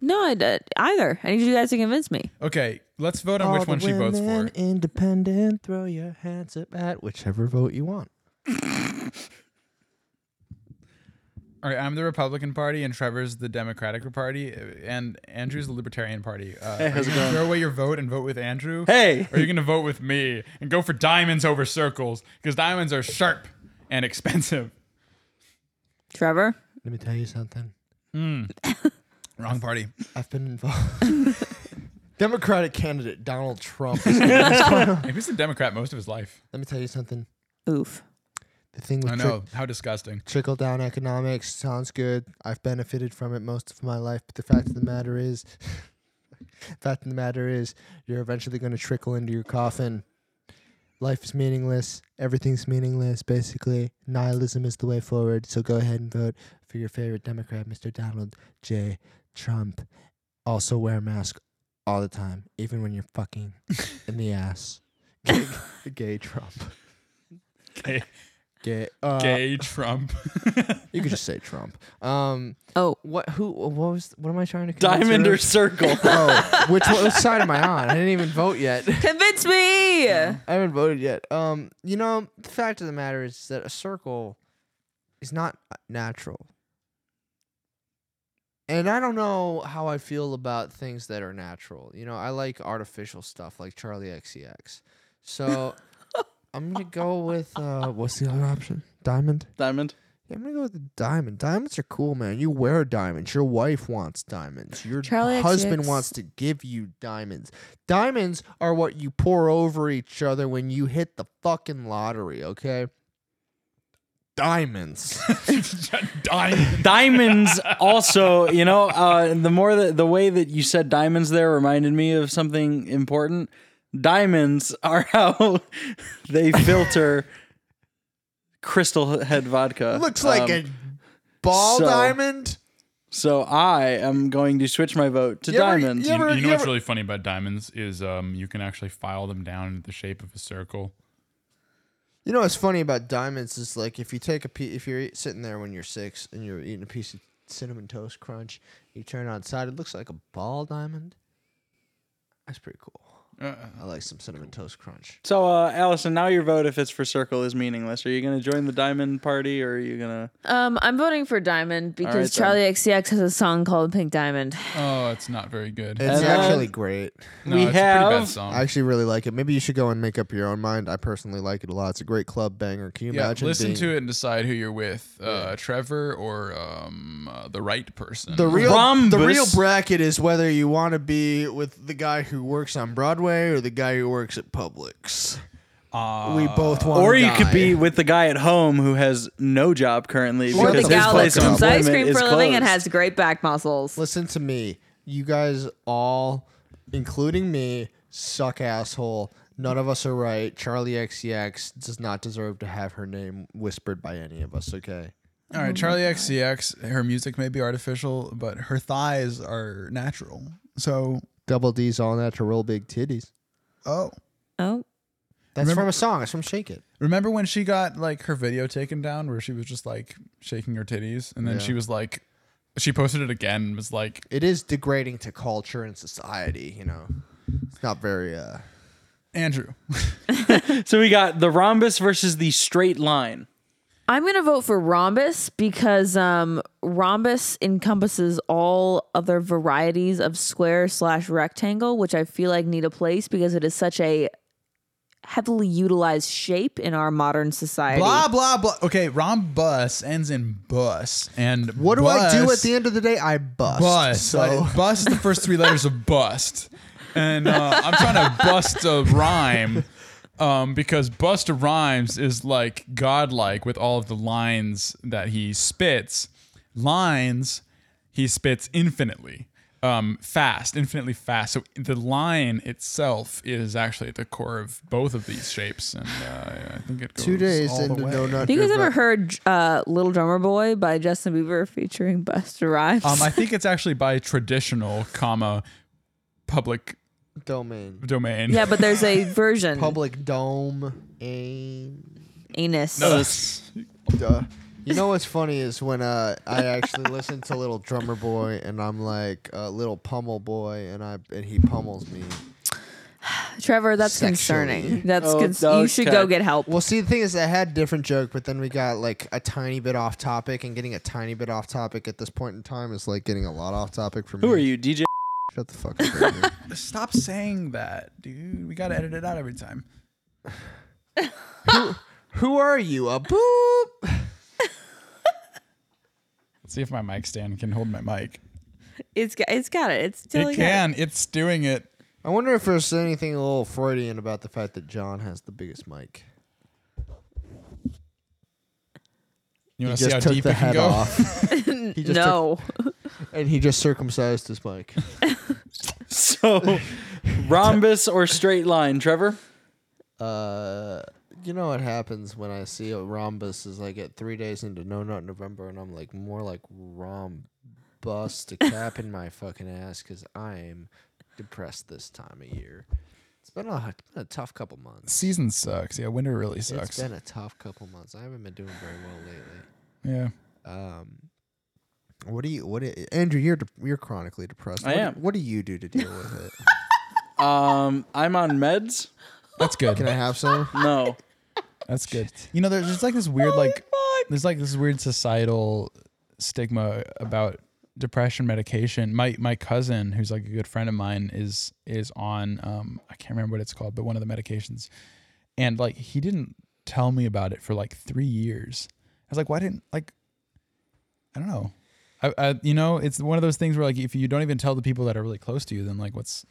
B: No, I did either. I need you guys to convince me.
D: Okay, let's vote on which one she votes for.
F: Independent. Throw your hands up at whichever vote you want.
D: All right, I'm the Republican Party and Trevor's the Democratic Party uh, and Andrew's the Libertarian Party. Uh, are you
C: how's it
D: gonna
C: going?
D: throw away your vote and vote with Andrew?
C: Hey.
D: Or are you gonna vote with me and go for diamonds over circles? Because diamonds are sharp and expensive.
B: Trevor?
F: Let me tell you something.
D: Wrong party.
F: I've been involved. Democratic candidate Donald Trump. is-
D: He was a Democrat most of his life.
F: Let me tell you something.
B: Oof.
F: The thing
D: I
F: with tri-
D: know. How disgusting.
F: trickle down economics sounds good. I've benefited from it most of my life, but the fact of the matter is, fact of the matter is, you're eventually going to trickle into your coffin. Life is meaningless. Everything's meaningless. Basically, nihilism is the way forward. So go ahead and vote for your favorite Democrat, Mr. Donald J. Trump. Also wear a mask all the time, even when you're fucking in the ass. Gay, gay Trump.
D: Gay,
F: Gay. Uh,
D: gay Trump.
F: You could just say Trump. Um.
B: Oh,
F: What? Who? What was? What am I trying to? convince
C: diamond
F: her
C: or
F: of?
C: circle.
F: oh, which, one, which side am I on? I didn't even vote yet.
B: convince me.
F: I haven't voted yet. Um, you know, the fact of the matter is that a circle is not natural, and I don't know how I feel about things that are natural. You know, I like artificial stuff, like Charlie XCX. So I'm gonna go with uh, what's the other option? Diamond.
C: diamond.
F: Yeah, I'm gonna go with the diamond. Diamonds are cool, man. You wear diamonds. Your wife wants diamonds. Your
B: Charli
F: husband
B: XCX.
F: wants to give you diamonds. Diamonds are what you pour over each other when you hit the fucking lottery, okay? diamonds.
D: Dying.
C: Diamonds also, you know, uh, the more that the way that you said diamonds there reminded me of something important. Diamonds are how they filter crystal head vodka.
F: Looks like
C: Um,
F: a ball
C: so-
F: diamond.
C: So I am going to switch my vote to
F: You ever-
C: diamonds.
F: you ever-
D: You, know what's really funny about diamonds is um, you can actually file them down into the shape of a circle.
F: You know what's funny about diamonds is like if you take a piece, if you're eat, sitting there when you're six and you're eating a piece of cinnamon toast crunch, you turn outside, it looks like a ball diamond. That's pretty cool.
D: Uh,
F: I like some cinnamon toast crunch.
C: So, uh, Allison, now your vote, if it's for circle, is meaningless. Are you going to join the diamond party or are you going to.
B: Um, I'm voting for Diamond because
C: right, then.
B: Charlie XCX has a song called Pink Diamond.
D: Oh, it's not very good.
F: It's
C: And uh, then-
F: actually great.
D: no,
C: we
D: it's a pretty bad
C: have-
D: song.
F: Uh, I actually really like it. Maybe you should go and make up your own mind. I personally like it a lot. It's a great club banger. Can you
D: yeah,
F: imagine?
D: listen
F: being
D: to it and decide who you're with, uh, Trevor or um, uh, the right person.
F: The real the
C: Rhombus.
F: real bracket is whether you want to be with the guy who works on Broadway or the guy who works at Publix. we
D: Uh,
F: both want.
C: Or you could be with the guy at home who has no job currently.
F: Or
B: Or the
C: because
F: the
C: his
B: gal that
C: place of
B: cooks ice
C: employment
B: cream
C: is
B: for a living and
C: closed.
B: has great back muscles.
F: Listen to me. You guys all, including me, suck asshole. None of us are right. Charlie XCX does not deserve to have her name whispered by any of us. Okay.
D: All right, Charlie XCX. Her music may be artificial, but her thighs are natural. So,
F: Double D's all natural, big titties.
D: oh,
B: Oh,
F: That's
D: Remember-
F: from a song. It's from Shake It.
D: remember when she got like her video taken down, where she was just like shaking her titties, and then she was like, she posted it again, and was like,
F: It is degrading to culture and society. You know, it's not very. uh
D: Andrew,
C: So we got the rhombus versus the straight line.
B: I'm gonna vote for Rhombus because um, Rhombus encompasses all other varieties of square slash rectangle, which I feel like need a place because it is such a heavily utilized shape in our modern society.
D: blah blah blah. Okay, rhombus ends in bus, and
F: What do I do at
D: bus-
F: the end of the day? I bust.
D: Bust.
F: So
D: So bust the first three letters of bust. And uh, I'm trying to bust a rhyme um, because Busta Rhymes is like godlike with all of the lines that he spits. Lines he spits infinitely. Um, fast, infinitely fast. So the line itself is actually at the core of both of these shapes, and uh, I think it goes
F: two days
D: all the
F: into
D: way.
F: no nut.
B: Have you guys
F: Drift,
B: ever
F: but-
B: heard uh, "Little Drummer Boy" by Justin Bieber featuring Busta Rhymes?
D: Um, I think it's actually by traditional, comma, public
F: domain?
D: domain.
B: yeah, but there's a version.
F: Public dome aim.
B: anus.
F: Duh. You know what's funny is when uh, I actually listened to Little Drummer Boy and I'm like uh, Little Pummel Boy and I and he pummels me.
B: Trevor, that's
F: Sexually.
B: concerning. That's
C: Oh,
B: cons-
C: dog
B: you should go
C: cat.
B: get help.
F: Well, see, the thing is, I had different joke, but then we got like a tiny bit off topic, and getting a tiny bit off topic at this point in time is like getting a lot off topic for me.
C: Who are you, DJ?
F: Shut the fuck up. Andrew.
D: Stop saying that, dude. We gotta edit it out every time.
F: Who are you? A boop.
D: Let's see if my mic stand can hold my mic.
B: It's got, it's got it. It's still
D: it can. It's doing it.
F: I wonder if there's anything a little Freudian about the fact that John has the biggest mic.
D: You
F: He
D: want to see how
F: just took
D: deep
F: the
D: it can
F: head
D: go?
F: off,
B: It
F: just
B: no.
F: and he just circumcised his mic.
C: So rhombus or straight line, Trevor?
F: Uh, you know what happens when I see a rhombus is I get three days into No Nut November, and I'm like more like rhombus to cap in my fucking ass because I'm depressed this time of year. It's been a, it's been a tough couple months.
D: Season sucks. Yeah, winter really
F: It's
D: sucks.
F: been a tough couple months. I haven't been doing very well lately.
D: Yeah.
F: Um, what do you? What do, Andrew? You're de- you're chronically depressed.
C: I
F: what,
C: am.
F: What do you do to deal with it?
C: Um, I'm on meds.
D: That's good.
F: Can I have some?
C: No.
D: That's good. You know, there's just like this weird, like, there's like this weird societal stigma about depression medication. My my cousin, who's like a good friend of mine, is is on um I can't remember what it's called, but one of the medications, and like he didn't tell me about it for like three years. I was like, why didn't like, I don't know. I, I you know, it's one of those things where like if you don't even tell the people that are really close to you, then like what's,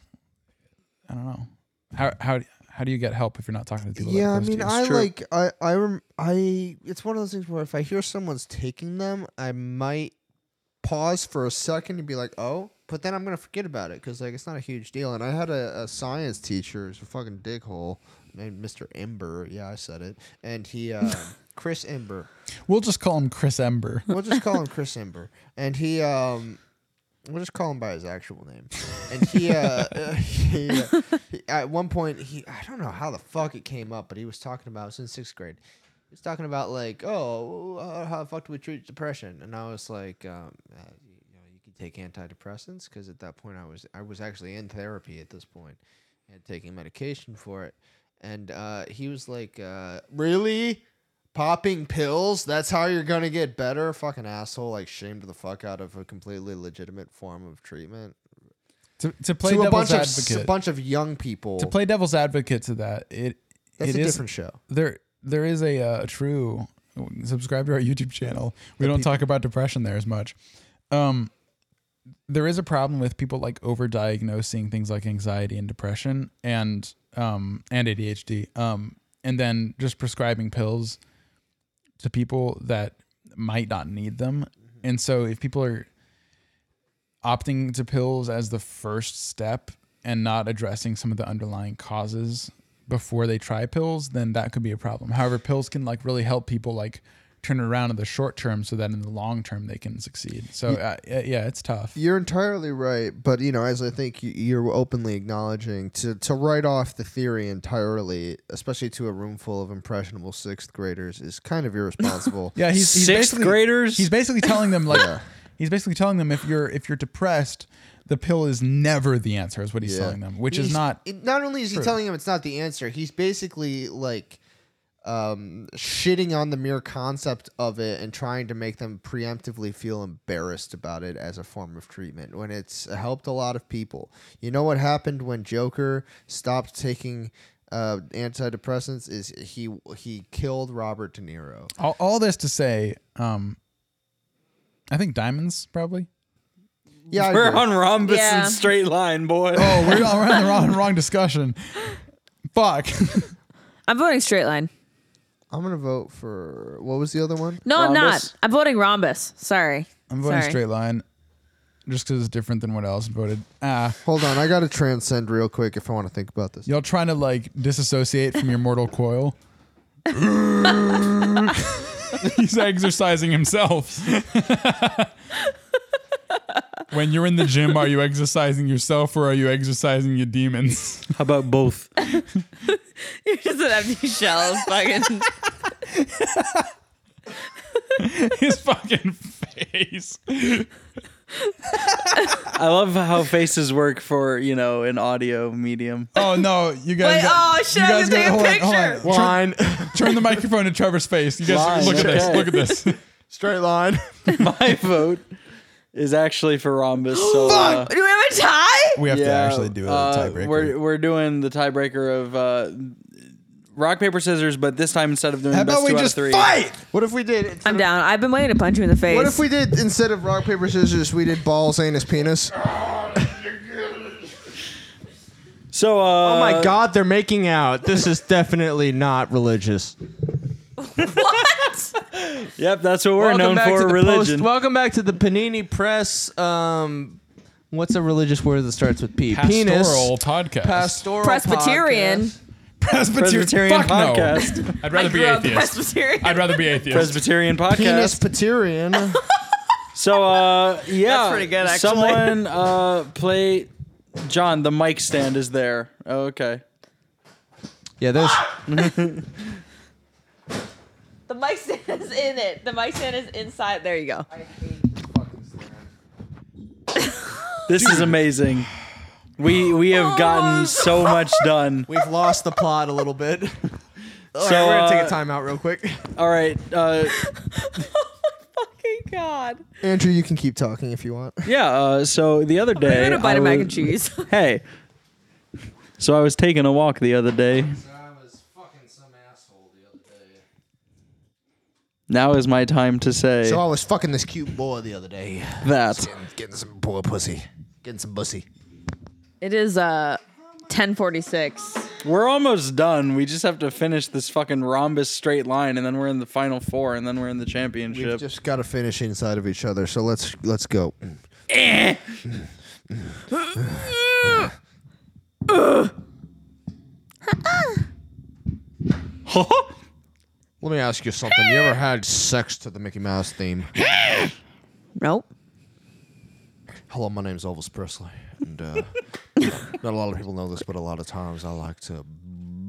D: I don't know. How how How do you get help if you're not talking to people? that are
F: Yeah, I
D: close to
F: mean,
D: you?
F: I
C: true.
F: like, I, I, rem- I, it's one of those things where if I hear someone's taking them, I might pause for a second and be like, oh, but then I'm gonna forget about it because like it's not a huge deal. And I had a, a science teacher, who's a fucking dickhole, named Mr. Ember. Yeah, I said it, and he, uh, Chris Ember.
D: we'll just call him Chris Ember.
F: We'll just call him Chris Ember, and he, um, we'll just call him by his actual name. And he, uh, he, uh, he- at one point, he, I don't know how the fuck it came up, but he was talking about, it was in sixth grade. He was talking about, like, oh, uh, how the fuck do we treat depression? And I was like, um, uh, you know, you can take antidepressants because at that point I was, I was actually in therapy at this point and taking medication for it. And uh, he was like, uh, really? Popping pills? That's how you're gonna get better? Fucking asshole! Like shamed the fuck out of a completely legitimate form of treatment
D: To, to play
F: to a
D: devil's
F: bunch of s-
D: advocate.
F: a bunch of young people.
D: to play devil's advocate to that, it
F: That's
D: it
F: a
D: is-
F: different show.
D: there there is a uh, true subscribe to our YouTube channel. We don't talk about depression there as much. Um, there is a problem with people like overdiagnosing things like anxiety and depression and um and ADHD um and then just prescribing pills to people that might not need them. And so if people are opting to pills as the first step and not addressing some of the underlying causes before they try pills, then that could be a problem. However, pills can like really help people like turn it around in the short term so that in the long term they can succeed. So uh, yeah, it's tough.
F: You're entirely right, but you know, as I think y- you're openly acknowledging, to to write off the theory entirely, especially to a room full of impressionable sixth graders, is kind of irresponsible.
D: Yeah, he's, he's
C: Sixth
D: basically-
C: graders.
D: He's basically telling them like he's basically telling them if you're if you're depressed, the pill is never the answer is what he's
F: Yeah.
D: telling them, which is
F: He's-
D: not
F: it- not only is he
D: true.
F: telling him it's not the answer, he's basically like um, shitting on the mere concept of it and trying to make them preemptively feel embarrassed about it as a form of treatment when it's helped a lot of people. You know what happened when Joker stopped taking uh, antidepressants is he he killed Robert De Niro.
D: all, all this to say um I think diamonds probably.
F: Yeah, I
C: We're
F: agree.
C: on rhombus
B: Yeah.
C: and straight line, boy.
D: Oh, we're, all- we're on the wrong, wrong discussion. Fuck.
B: I'm voting straight line.
F: I'm gonna vote for what was the other one?
B: No, I'm
C: Rhombus?
B: not. I'm voting rhombus. Sorry.
D: I'm voting
B: Sorry.
D: straight line. Just because it's different than what I else voted. Ah,
F: Hold on, I gotta transcend real quick if I want to think about this.
D: y'all trying to like disassociate from your mortal coil? He's exercising himself. when you're in the gym, are you exercising yourself or are you exercising your demons?
C: How about both?
B: You're just an empty shell. of Fucking.
D: His fucking face.
C: I love how faces work for you know an audio medium.
D: Oh no, you guys!
B: Wait,
D: got-
B: oh, shit,
D: you
B: I'm
D: guys
B: gonna take a
D: got- hold on,
B: picture.
D: hold on. Turn, turn the microphone to Trevor's face. You guys,
C: Line,
D: look at
C: okay.
D: this. Look at this.
F: Straight line.
C: My vote is actually for rhombus. So uh,
B: Do we have a tie?
D: We have
C: yeah,
D: to actually do a
C: uh,
D: tiebreaker.
C: We're we're doing the tiebreaker of uh, rock paper scissors, but this time instead of doing
D: How
C: best
D: about we
C: two out of
D: just
C: three,
D: fight?
F: What if we did? it-
B: I'm down. I've been waiting to punch you in the face.
F: What if we did instead of rock paper scissors, we did balls, anus, penis?
C: So uh,
A: Oh my God, they're making out. This is definitely not religious.
C: Yep, that's what we're known for.
A: to the
C: religion.
A: Post, welcome back to the Panini Press. Um, what's a religious word that starts with P?
D: Pastoral
A: Penis.
D: podcast.
A: Pastoral.
B: Presbyterian.
A: podcast.
D: Presbyterian,
C: Presbyterian
D: fuck no.
C: podcast.
D: I'd rather
B: I
D: be
B: grew up
D: atheist.
B: Presbyterian.
D: I'd rather be atheist.
C: Presbyterian podcast.
F: Penis, Paterian.
C: So uh, yeah,
A: That's pretty good, actually.
C: Someone uh, play John. The mic stand is there. Oh, okay.
A: Yeah, there's.
B: The mic stand is in it. The mic stand is inside. There you go. Oh
C: This is amazing. We we have gotten so much done.
A: We've lost the plot a little bit. so
C: So,
A: we're gonna take
C: uh,
A: a timeout real quick.
C: All right. Uh,
B: Fucking God.
F: Andrew, you can keep talking if you want.
C: yeah. Uh, so the other
B: I'm
C: day,
B: gonna bite
C: I
B: a mac
C: was-
B: and cheese.
C: Hey. So I was taking a walk the other day.
A: I was fucking some asshole the other day.
C: Now is my time to say
F: So I was fucking this cute boy the other day,
C: that.
F: getting, getting some boy pussy, getting some pussy.
B: It is uh 1046.
C: We're almost done. We just have to finish this fucking rhombus straight line, and then we're in the final four, and then we're in the
A: We've
C: championship.
A: just got to finish inside of each other. So let's let's go. Let me ask you something. You ever had sex to the Mickey Mouse theme?
B: Nope.
A: Hello, my name's Elvis Presley, and uh, not a lot of people know this, but a lot of times I like to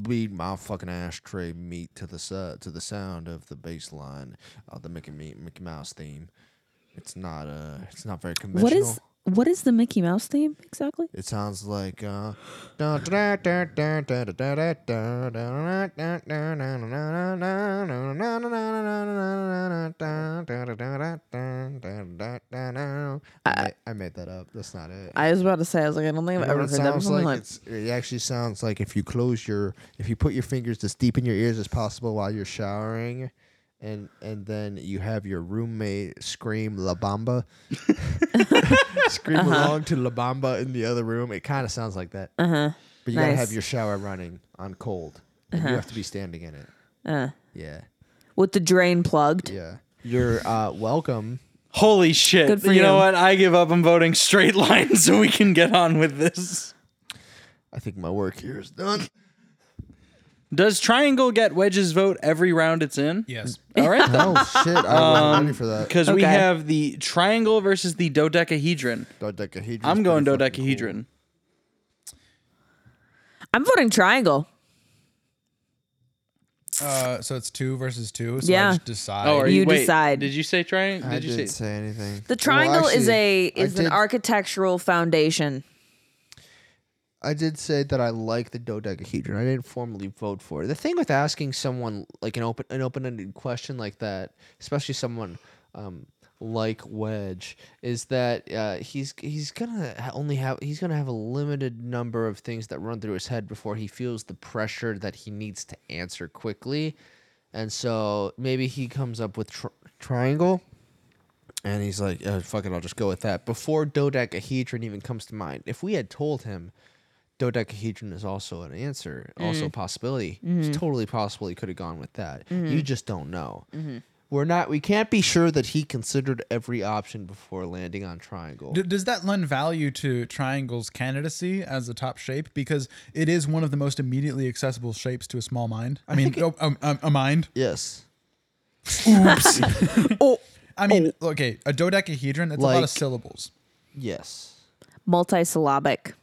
A: beat my fucking ashtray meat to the su- to the sound of the bass line of the Mickey Me- Mickey Mouse theme. It's not uh, it's not very conventional.
B: What is what is the Mickey Mouse theme exactly?
A: It sounds like uh I, I made that up. That's not it.
B: I was about to say, I was like, I don't think I've
A: You know
B: ever
A: what it
B: heard that
A: sounds
B: before.
A: like?
B: I'm like,
A: It's, it actually sounds like if you close your, if you put your fingers as deep in your ears as possible while you're showering, and and then you have your roommate scream La Bamba, scream along to La Bamba in the other room. It kind of sounds like that. Uh huh. But you gotta
B: Nice.
A: have your shower running on cold, and you have to be standing in it. Yeah,
B: with the drain plugged.
A: yeah. You're uh, welcome.
C: Holy shit!
B: Good for
C: you know
B: you.
C: what? I give up. I'm voting straight line, so we can get on with this.
A: I think my work here is done.
C: Does triangle get wedge's vote every round it's in?
D: Yes.
C: All right. then.
A: Oh shit! I
D: Um,
A: wasn't ready for that.
C: Because we
B: Okay.
C: have the triangle versus the dodecahedron.
A: Dodecahedron's
C: I'm going
A: pretty fucking
C: dodecahedron.
B: I'm voting triangle.
D: Uh, so it's two versus two. So
B: Yeah.
D: I just decide.
C: Oh, are
B: You
C: you, wait,
B: decide.
C: Did you say triangle?
A: Cool. I
C: Did you
A: didn't
C: say?
A: say anything.
B: The triangle is a
A: actually, I
B: is an
A: did-
B: architectural foundation.
A: I did say that I like the dodecahedron. I didn't formally vote for it. The thing with asking someone like an open an open ended question like that, especially someone um, like Wedge, is that uh, he's he's gonna ha- only have he's gonna have a limited number of things that run through his head before he feels the pressure that he needs to answer quickly, and so maybe he comes up with tr- triangle. And he's like, oh, fuck it, I'll just go with that. Before dodecahedron even comes to mind, if we had told him dodecahedron is also an answer, also a possibility, it's totally possible he could have gone with that. You just don't know. We're not, we can't be sure that he considered every option before landing on triangle.
D: D- does that lend value to Triangle's candidacy as a top shape? Because it is one of the most immediately accessible shapes to a small mind. I, mean, oh, um, um, a mind.
A: yes.
D: I mean, okay, a dodecahedron. It's a lot
A: Like-
D: of syllables.
A: Yes.
B: Multisyllabic.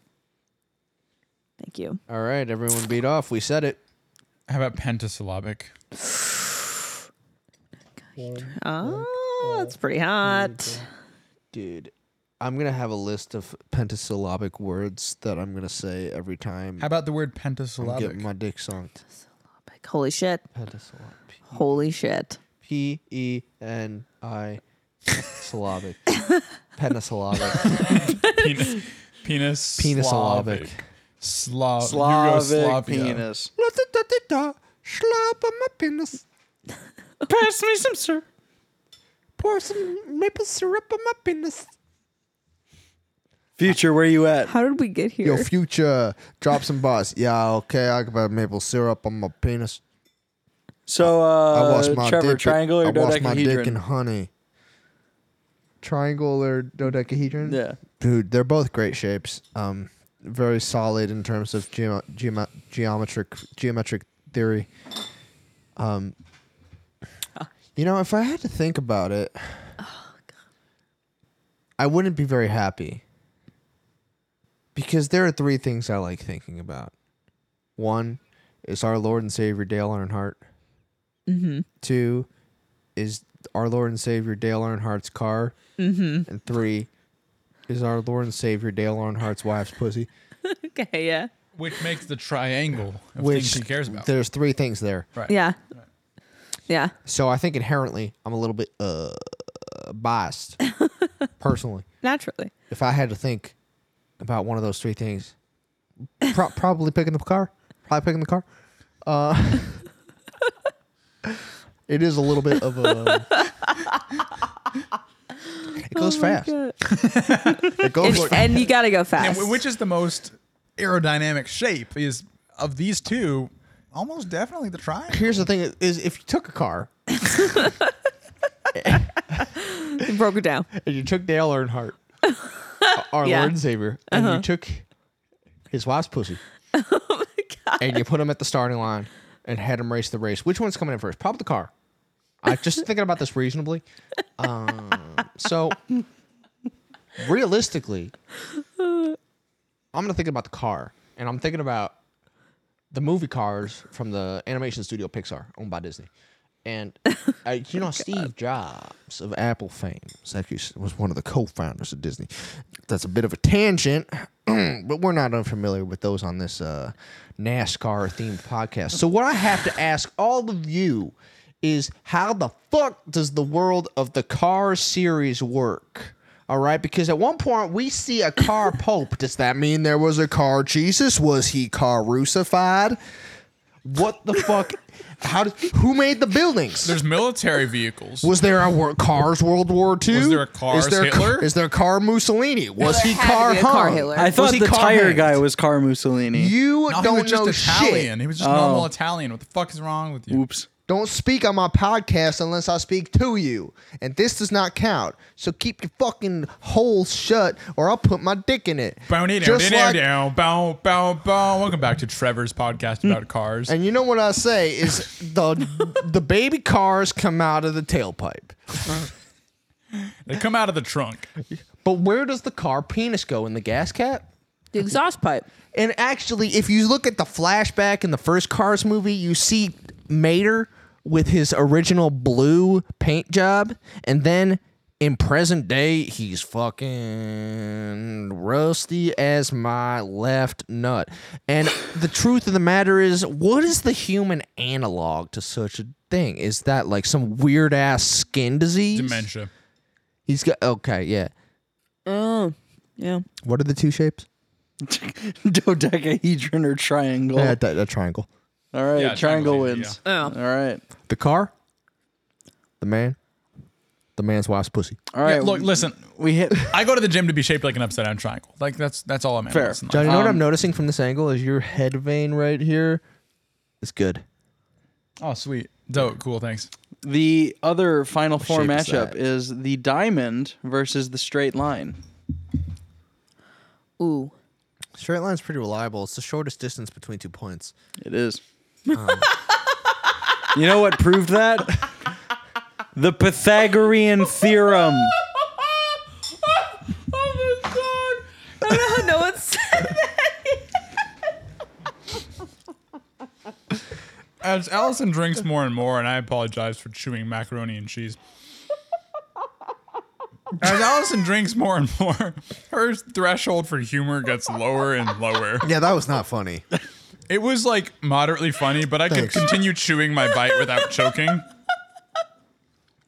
B: Thank you.
A: All right, everyone beat off. We said it.
D: How about pentasyllabic?
B: Oh, that's pretty hot.
A: Dude, I'm going to have a list of pentasyllabic words that I'm going to say every time
D: How about the word
A: I get
D: pentasyllabic?
A: my dick sucked.
B: Like, holy shit.
A: Pentasyllabic.
B: Holy shit.
A: P E N I syllabic. Pentasyllabic.
D: penis, penis,
A: Penisyllabic.
D: Slav,
C: Slavic
D: Yugoslavia.
C: penis.
A: La-da-da-da-da, Slap on my penis.
C: Pass me some sir.
A: Pour some maple syrup on my penis.
C: Future, where you at?
B: How did we get
A: Yo,
B: here?
A: future, drop some bars. Yeah, okay, I got maple syrup on my penis.
C: So,
A: I
C: uh,
A: wash my
C: Trevor,
A: dick.
C: triangle
A: I
C: or
A: wash my dick in
C: dodecahedron?
A: honey. Triangle or dodecahedron?
C: Yeah.
A: dude they're both great shapes um very solid in terms of geo- geoma geometric geometric theory um you know if i had to think about it Oh, i wouldn't be very happy because there are three things i like thinking about one is our lord and savior dale earnhardt mm-hmm. two is our lord and savior dale earnhardt's car mm-hmm. and three is our Lord and Savior Dale Earnhardt's wife's pussy.
B: okay, yeah.
D: which makes the triangle of
A: Which
D: things he cares about.
A: There's three things there.
B: Yeah. Yeah.
A: So I think inherently I'm a little bit uh biased personally.
B: Naturally.
A: If I had to think about one of those three things, pro- probably picking the car. Probably picking the car. Uh, it is a little bit of a. It goes fast. It goes.
B: And, and you gotta go
D: and
B: fast.
D: wh- which is the most aerodynamic shape? Is of these two, almost definitely the triangle.
A: Here's the thing: is if you took a car
B: It broke it down.
A: and you took Dale Earnhardt, our
B: Yeah.
A: Lord and Savior, and you took his wife's pussy,
B: Oh
A: and you put him at the starting line and had him race the race, which one's coming in first? Probably the car. I just thinking about this reasonably. Um, so realistically, I'm gonna think about the car, and I'm thinking about the movie Cars from the animation studio Pixar, owned by Disney. And uh, you know, Steve Jobs of Apple fame was actually was one of the co-founders of Disney. That's a bit of a tangent, but we're not unfamiliar with those on this uh, NASCAR themed podcast. So what I have to ask all of you is, how the fuck does the world of the car series work? All right, because at one point we see a car pope. Does that mean there was a car Jesus? Was he car crucified? What the fuck? How did? Who made the buildings?
D: There's military vehicles.
A: Was there a wor- cars World War II?
D: Was there a cars
A: is there
D: Hitler?
A: is there a car Mussolini? Was he
B: had to
A: car
B: be a car
A: hung?
B: Hitler.
C: I
A: Was
C: thought
A: he
C: the
A: car
C: tire
A: hanged?
C: guy was Car Mussolini.
A: You
D: No,
A: don't
D: he was just
A: know
D: Italian.
A: shit. Oh.
D: He was just normal Italian. What the fuck is wrong with you?
C: Oops.
A: Don't speak on my podcast unless I speak to you, and this does not count. So keep your fucking holes shut, or I'll put my dick in it.
D: Bow, dee, dow,
A: Just
D: dee, dow,
A: like-
D: dow, bow, bow, bow. Welcome back to Trevor's podcast about cars.
A: And you know what I say is the the baby cars come out of the tailpipe,
D: They come out of the trunk.
A: but where does the car penis go in the gas cap?
B: The exhaust pipe.
A: And actually, if you look at the flashback in the first Cars movie, you see Mater with his original blue paint job, and then in present day, he's fucking rusty as my left nut. And the truth of the matter is, what is the human analog to such a thing? Is that like some weird ass skin disease?
D: Dementia.
A: He's got okay, yeah.
B: Oh, yeah.
A: What are the two shapes?
C: Dodecahedron or triangle.
A: Yeah, that, that Uh, triangle.
C: All right,
D: Yeah,
C: triangle
D: triangle, yeah,
C: wins.
B: yeah.
C: All right.
A: The car, the man, the man's wife's pussy.
C: All right.
D: Yeah, look, listen.
C: we hit
D: I go to the gym to be shaped like an upside down triangle. Like that's that's all I'm
C: Fair.
D: interested in.
A: John, you know what I'm
C: Um,
A: noticing from this angle is your head vein right here is good.
D: Oh, sweet. Dope. Cool. Thanks.
C: the other final four
A: shape is
C: matchup
A: that?
C: is the diamond versus the straight line.
B: Ooh.
A: Straight line's pretty reliable. It's the shortest distance between two points.
C: It is. Um, you know what proved that? The Pythagorean theorem.
B: oh my god! I don't know how no one said
D: As Allison drinks more and more, and I apologize for chewing macaroni and cheese. As Allison drinks more and more, her threshold for humor gets lower and lower.
A: Yeah, that was not funny.
D: It was like moderately funny, but I
A: Thanks.
D: could continue chewing my bite without choking.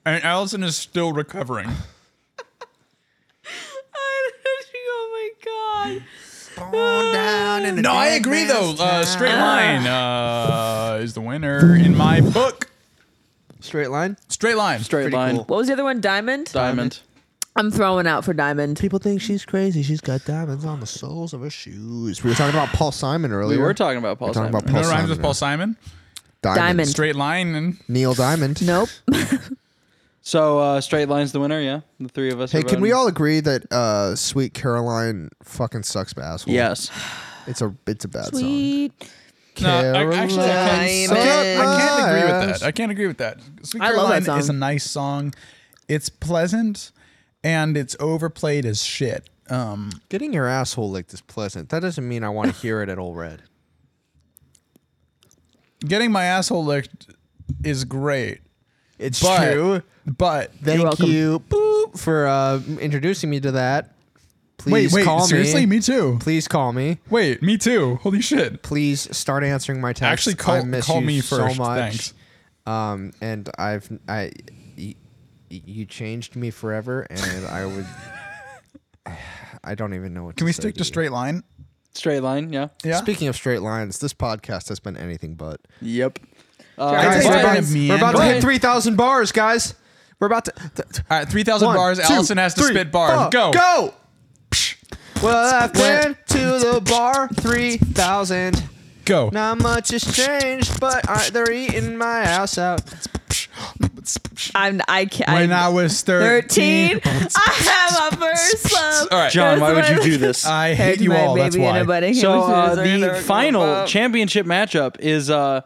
D: And Allison is still recovering.
B: oh my god.
D: No, I agree though. Uh, straight line uh, is the winner in my book.
A: Straight line?
D: Straight line.
C: Straight line.
B: What was the other one? Diamond?
C: Diamond.
B: I'm throwing out for diamond.
A: People think she's crazy. She's got diamonds on the soles of her shoes. We were talking about Paul Simon earlier.
C: We were talking about Paul
A: talking
C: Simon.
A: about
D: You know
A: Paul
D: what rhymes
A: Simon.
D: with Paul Simon?
B: Diamond.
D: Straight line and
A: Neil Diamond.
B: Nope.
C: so uh, straight line's the winner. Yeah, the three of us.
A: Hey,
C: are
A: can we
C: voting.
A: all agree that uh, "Sweet Caroline" fucking sucks by asshole?
C: Yes.
A: it's a it's a bad song.
B: Sweet.
D: No, I, actually, I can't, I, can't, I can't agree with
A: Diamonds.
D: that. I can't agree with that. Sweet
B: I love
D: Caroline
B: that
D: is a
B: song.
D: nice song. It's pleasant, and it's overplayed as shit. Um,
A: Getting your asshole licked is pleasant. That doesn't mean I want to hear it at all red.
D: getting my asshole licked is great,
A: It's
D: But-
A: true.
D: but
A: Thank
B: welcome.
A: you boop, for uh, introducing me to that.
D: wait,
A: Please
D: wait,
A: call
D: seriously,
A: me.
D: me too.
A: Please call me.
D: Wait, me too. Holy shit!
A: Please start answering my texts.
D: Actually, call
A: I miss
D: call
A: you
D: me first.
A: So much.
D: Thanks.
A: Um, and I've I, y- y- you changed me forever, and I would. I don't even know what.
D: Can we
A: say
D: stick to
A: you.
D: straight line?
C: Straight line. Yeah.
D: Yeah.
A: Speaking of straight lines, this podcast has been anything but.
C: Yep. Uh,
A: Guys,
B: Guys,
D: Guys,
A: we're
D: we're about
A: about,
D: to- me
A: we're
D: and-
A: about to
D: Go
A: hit
D: ahead.
A: 3,000 bars, guys. We're about to. th- th-
D: All right, three thousand
A: one,
D: bars.
A: two,
D: Allison has to
A: three,
D: spit bars.
A: four,
D: Go.
A: Go. Well, I went to the bar 3,000
D: Go.
A: Not much has changed, but I, they're eating my ass out.
B: I'm I can't.
D: When I
B: I'm
D: was
B: 13,
D: 13.
B: I have my first love.
D: All right.
C: John, why would you do this?
D: I hate you
B: My
D: all. That's
B: baby and
D: why.
B: a buddy.
C: So
B: He was
C: uh,
B: in
C: the
B: a-
C: final championship matchup is uh,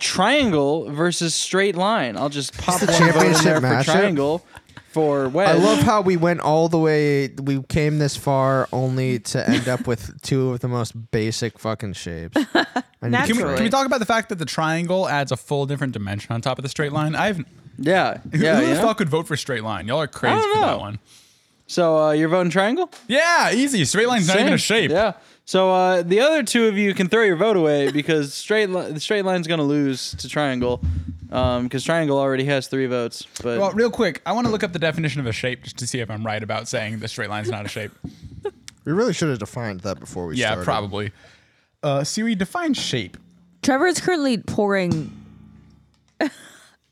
C: triangle versus straight line. I'll just pop one vote in
A: championship
C: there for
A: matchup?
C: triangle for Wedge.
A: I love how we went all the way. We came this far only to end up with two of the most basic fucking shapes. I need
D: Can we,
B: Naturally.
D: can we talk about the fact that the triangle adds a full different dimension on top of the straight line? I've
C: Yeah, yeah.
D: who
C: you
D: the
C: know?
D: fuck would vote for straight line? Y'all are crazy
C: don't
D: for that
C: know.
D: one.
C: So uh, you're voting triangle?
D: Yeah, easy. Straight line's not even a shape.
C: Yeah. So uh, the other two of you can throw your vote away because straight li- the straight line's gonna lose to triangle, because triangle already has three votes. But
D: Well, real quick, I want to look up the definition of a shape just to see if I'm right about saying the straight line's not a shape.
A: We really should have defined that before we
D: yeah,
A: started.
D: probably. Uh, Siri, define shape.
B: Trevor is currently pouring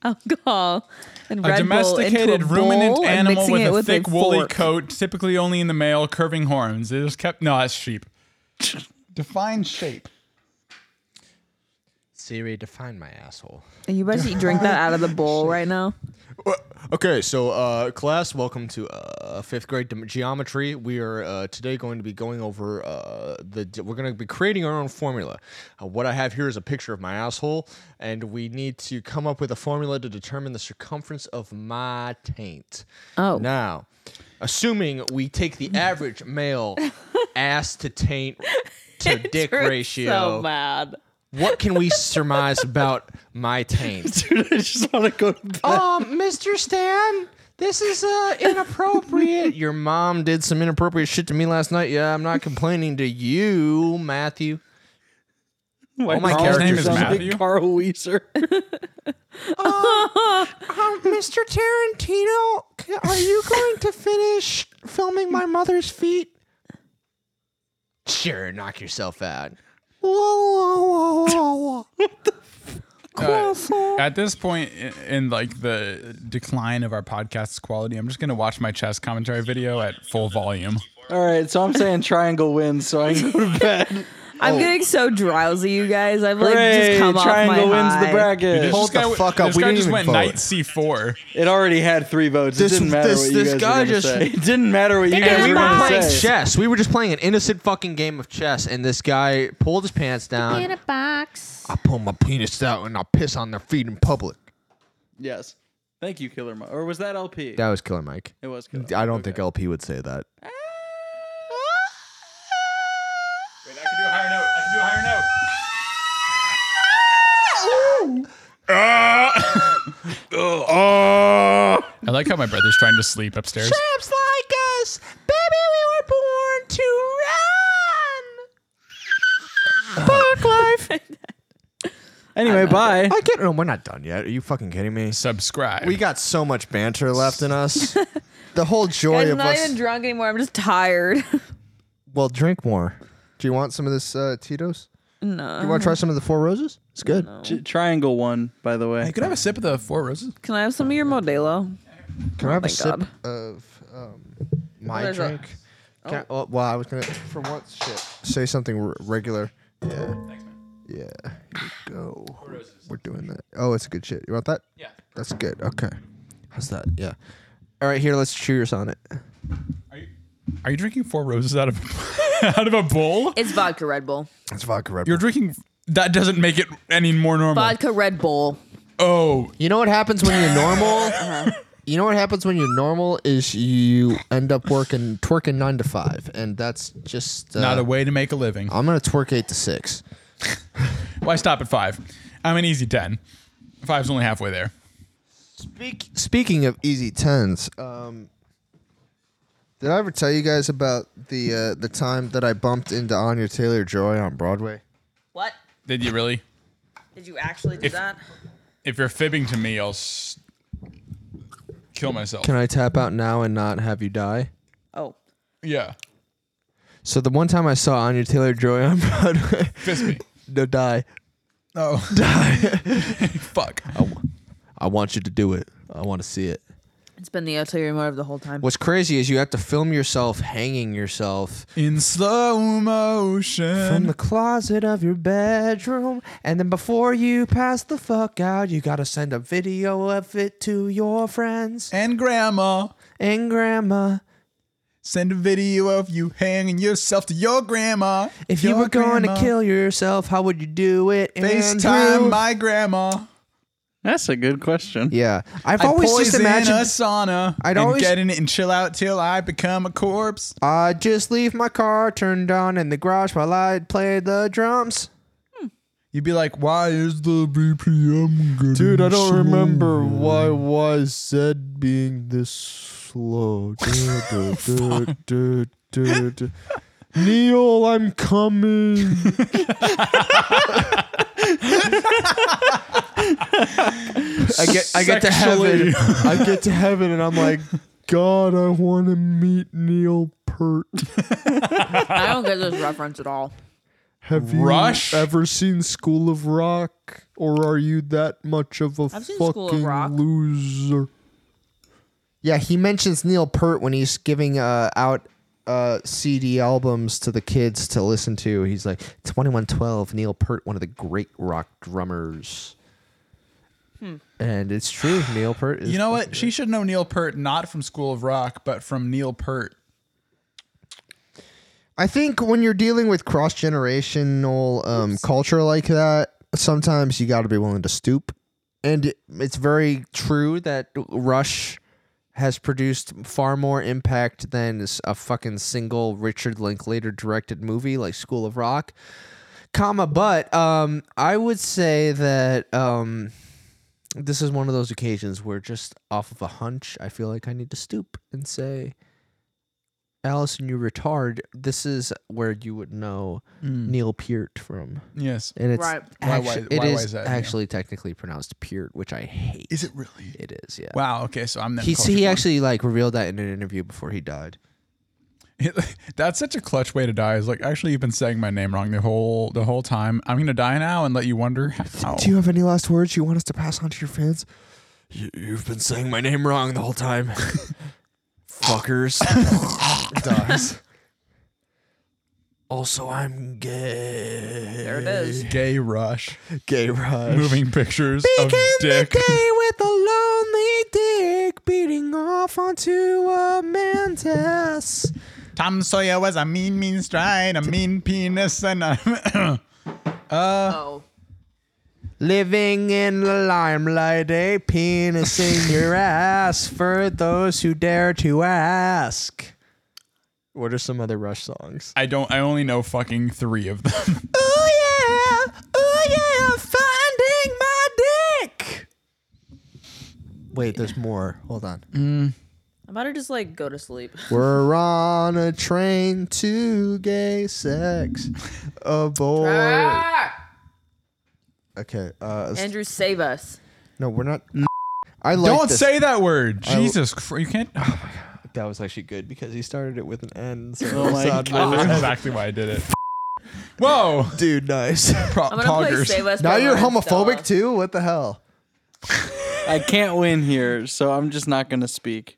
B: alcohol and
D: A
B: Red Bull
D: domesticated
B: into a
D: ruminant
B: bowl and
D: animal
B: mixing
D: with
B: it
D: a
B: with
D: thick
B: a
D: woolly
B: fork.
D: coat, typically only in the male, curving horns. It is kept. No, that's sheep. define shape.
A: Siri, define my asshole.
B: And you better drink that out of the bowl right now.
A: Okay, so uh, class, welcome to uh, fifth grade dem- geometry. We are uh, today going to be going over uh, the. d- We're going to be creating our own formula. Uh, what I have here is a picture of my asshole, and we need to come up with a formula to determine the circumference of my taint.
B: Oh.
A: now, assuming we take the average male ass to taint to dick
B: You're
A: ratio,
B: So bad.
A: what can we surmise about my taint?
C: dude, I just want to go. To
A: Um, Mr. Stan, this is uh inappropriate. Your mom did some inappropriate shit to me last night. Yeah, I'm not complaining to you, Matthew.
C: All
A: my character's
D: name is Matthew?
C: Carl Weiser.
A: Um, Mr. Tarantino, c- are you going to finish filming my mother's feet? Sure, knock yourself out. Whoa, whoa, whoa, whoa, whoa.
D: Uh, at this point in, in like the decline of our podcast's quality, I'm just gonna watch my chess commentary video at full volume.
C: All right, so I'm saying triangle wins, so I can go to bed.
D: Oh.
B: I'm getting so drowsy, you guys. I've like
C: Hooray,
B: just come
C: triangle
B: off my
C: wins
B: high.
C: the bracket.
A: Hold the
D: went-
A: fuck up,
D: This
A: we
D: guy
A: didn't
D: just
A: even
D: went
A: vote.
D: knight c4.
C: It already had three votes.
A: This-
C: it didn't matter
A: this-
C: what you
A: this
C: guys
A: guy
C: were gonna
A: just-
C: say. It didn't matter what you
B: Yeah,
C: guys
A: we
C: were
A: were
C: gonna
B: Everybody.
A: playing
C: say.
A: chess. We were just playing an innocent fucking game of chess, and this guy pulled his pants down.
B: In a box.
A: I pull my penis out and I piss on their feet in public.
C: Yes. Thank you, Killer Mike. Or was that LP?
A: That was Killer Mike.
C: It was Killer.
A: I don't
C: Okay.
A: think LP would say that.
D: Wait, I can do a higher note. I can do a higher note. Ah! I like how my brother's trying to sleep upstairs.
A: Perhaps like us, baby, we were born to run. Fuck life.
C: Anyway, bye.
A: I get. No, we're not done yet. Are you fucking kidding me?
D: Subscribe.
A: We got so much banter left in us. the whole
D: Oh,
A: joy
B: Guys, I'm
A: of
B: not
A: us.
B: even drunk anymore. I'm just tired.
A: well, drink more. Do you want some of this uh, Tito's?
B: no.
A: You want to try some of the Four Roses? It's good.
C: T- triangle one, by the way.
D: could I have a sip of the four roses.
B: Can I have some of your Modelo?
A: Can I have a
B: thank
A: sip
B: God.
A: of um, my
B: there's a-
A: drink? Can I- oh, well, I was gonna for once shit say something r- regular. Yeah. Thanks, man. Yeah. Here we go. We're doing that. Oh, it's good shit. You want that? Yeah. That's good. Okay. How's that? Yeah. All right, here. Let's cheers on it.
D: Are you drinking four roses out of out of a bowl?
B: It's vodka Red Bull.
A: It's vodka Red
D: You're drinking. That doesn't make it any more normal.
B: Vodka Red Bull.
D: Oh,
A: You know what happens when you're normal?
B: Uh-huh.
A: You know what happens when you're normal is you end up working twerking nine to five, and that's just uh,
D: not a way to make a living.
A: I'm gonna twerk eight to six.
D: Why stop at five? I'm an easy ten. Five's only halfway there.
A: Speak, speaking of easy tens, um, did I ever tell you guys about the uh, the time that I bumped into Anya Taylor Joy on Broadway?
B: What?
D: Did you really?
B: Did you actually do
D: If-
B: that?
D: If you're fibbing to me, I'll s- kill myself.
A: Can I tap out now and not have you die?
B: Oh.
D: yeah,
A: So the one time I saw Anya Taylor Joy on Broadway,
D: fist me.
A: no die,
D: Oh,
A: die.
D: fuck.
A: I want you to do it. I want to see it.
B: It's been the Atelier motive the whole time.
A: What's crazy is you have to film yourself hanging yourself
D: in slow
A: from
D: motion.
A: the closet of your bedroom, and then before you pass the fuck out, you gotta send a video of it to your friends
D: and grandma,
A: and grandma.
D: send a video of you hanging yourself to your grandma.
A: If you
D: Your
A: were going to
D: grandma.
A: kill yourself, how would you do it? Andrew?
D: FaceTime my grandma.
C: That's a good question.
A: Yeah, I've
D: I'd
A: always
D: poison
A: just
D: a
A: imagined.
D: sauna.
A: I'd
D: and
A: always-
D: get in it and chill out till I become a corpse.
A: I just leave my car turned on in the garage while I play the drums.
D: You'd be like, "Why is the BPM?" getting slower?"
A: why why said being this slow. Neil, I'm coming. I get I get to heaven. I get to heaven and I'm like, God, I want to meet Neil Pert.
B: I don't get this reference at all.
A: Have
D: Rush?
A: you ever seen School of Rock? Or are you that much of a
B: I've seen
A: fucking
B: School of Rock.
A: loser? Yeah, he mentions Neil Pert when he's giving uh, out uh, CD albums to the kids to listen to. He's like, 2112, Neil Pert, one of the great rock drummers.
B: Hmm.
A: And it's true, Neil Pert is.
D: You know what? She should know Neil Pert not from School of Rock, but from Neil Pert.
A: I think when you're dealing with cross generational um, culture like that, sometimes you got to be willing to stoop. And it- it's very true that Rush has produced far more impact than s- a fucking single Richard Linklater directed movie like School of Rock, comma. But um, I would say that um, this is one of those occasions where just off of a hunch, I feel like I need to stoop and say. Allison, you retard. This is where you would know Neil Peart from,
D: Yes.
A: and it's
B: Right.
D: Why-
A: actu-
D: why- why-
A: it
D: why
A: is
D: is that, yeah.
A: actually technically pronounced Peart, which I hate.
D: Is it really?
A: It is, yeah.
D: Wow. Okay, so I'm that.
A: He
D: culture
A: he
D: fan.
A: actually like revealed that in an interview before he died.
D: That's such a clutch way to die. Is like actually you've been saying my name wrong the whole the whole time. I'm gonna die now and let you wonder how.
A: Do you have any last words you want us to pass on to your fans? You, you've been saying my name wrong the whole time, fuckers. Dies. Also, I'm gay.
B: There it is.
D: Gay rush.
A: Gay rush.
D: Moving pictures of dick.
A: with a lonely dick beating off onto a mantis.
D: Tom Sawyer was a mean, mean stride, a mean penis, and a.
B: Oh.
A: Living in the limelight, a penis in your ass for those who dare to ask. What are some other Rush songs?
D: I don't. I only know fucking three of them.
A: Oh yeah, oh yeah, finding my dick. Wait, there's more. Hold on.
B: I'm about to just like go to sleep.
A: We're on a train to gay sex. Aboard.
B: Ah!
A: Okay. Uh, s-
B: Andrew, save us.
A: no, we're not. I like
D: don't
A: this.
D: say that word. Jesus Christ! You can't.
A: that was actually good because he started it with an N. So
C: Oh my
A: sound
C: God.
A: really-
D: That's exactly why I did it. Whoa!
A: dude, nice.
D: Pro-
B: I'm gonna play
D: poggers.
B: save us.
A: now
B: by
A: you're
B: Lauren
A: homophobic
B: Stella.
A: too. What the hell?
C: I can't win here, so I'm just not going to speak.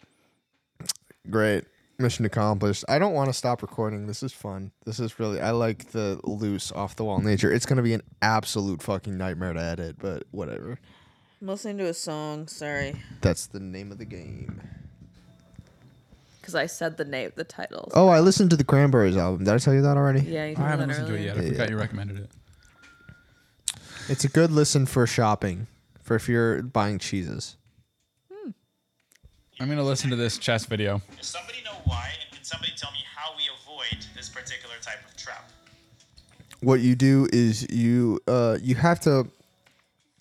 A: Great. Mission accomplished. I don't want to stop recording. This is fun. This is really. I like the loose, off the wall nature. It's gonna be an absolute fucking nightmare to edit, but whatever.
B: I'm listening to a song. Sorry,
A: That's the name of the game.
B: because I said the name, the title.
A: Oh, I listened to the Cranberries album. Did I tell you that already?
B: Yeah, you
D: I
B: told me that
D: haven't listened to it
B: earlier.
D: yet. I forgot you recommended it.
A: It's a good listen for shopping, for if you're buying cheeses.
D: I'm gonna listen to this chess video.
H: Does somebody know why, and can somebody tell me how we avoid this particular type of trap?
A: What you do is you uh, you have to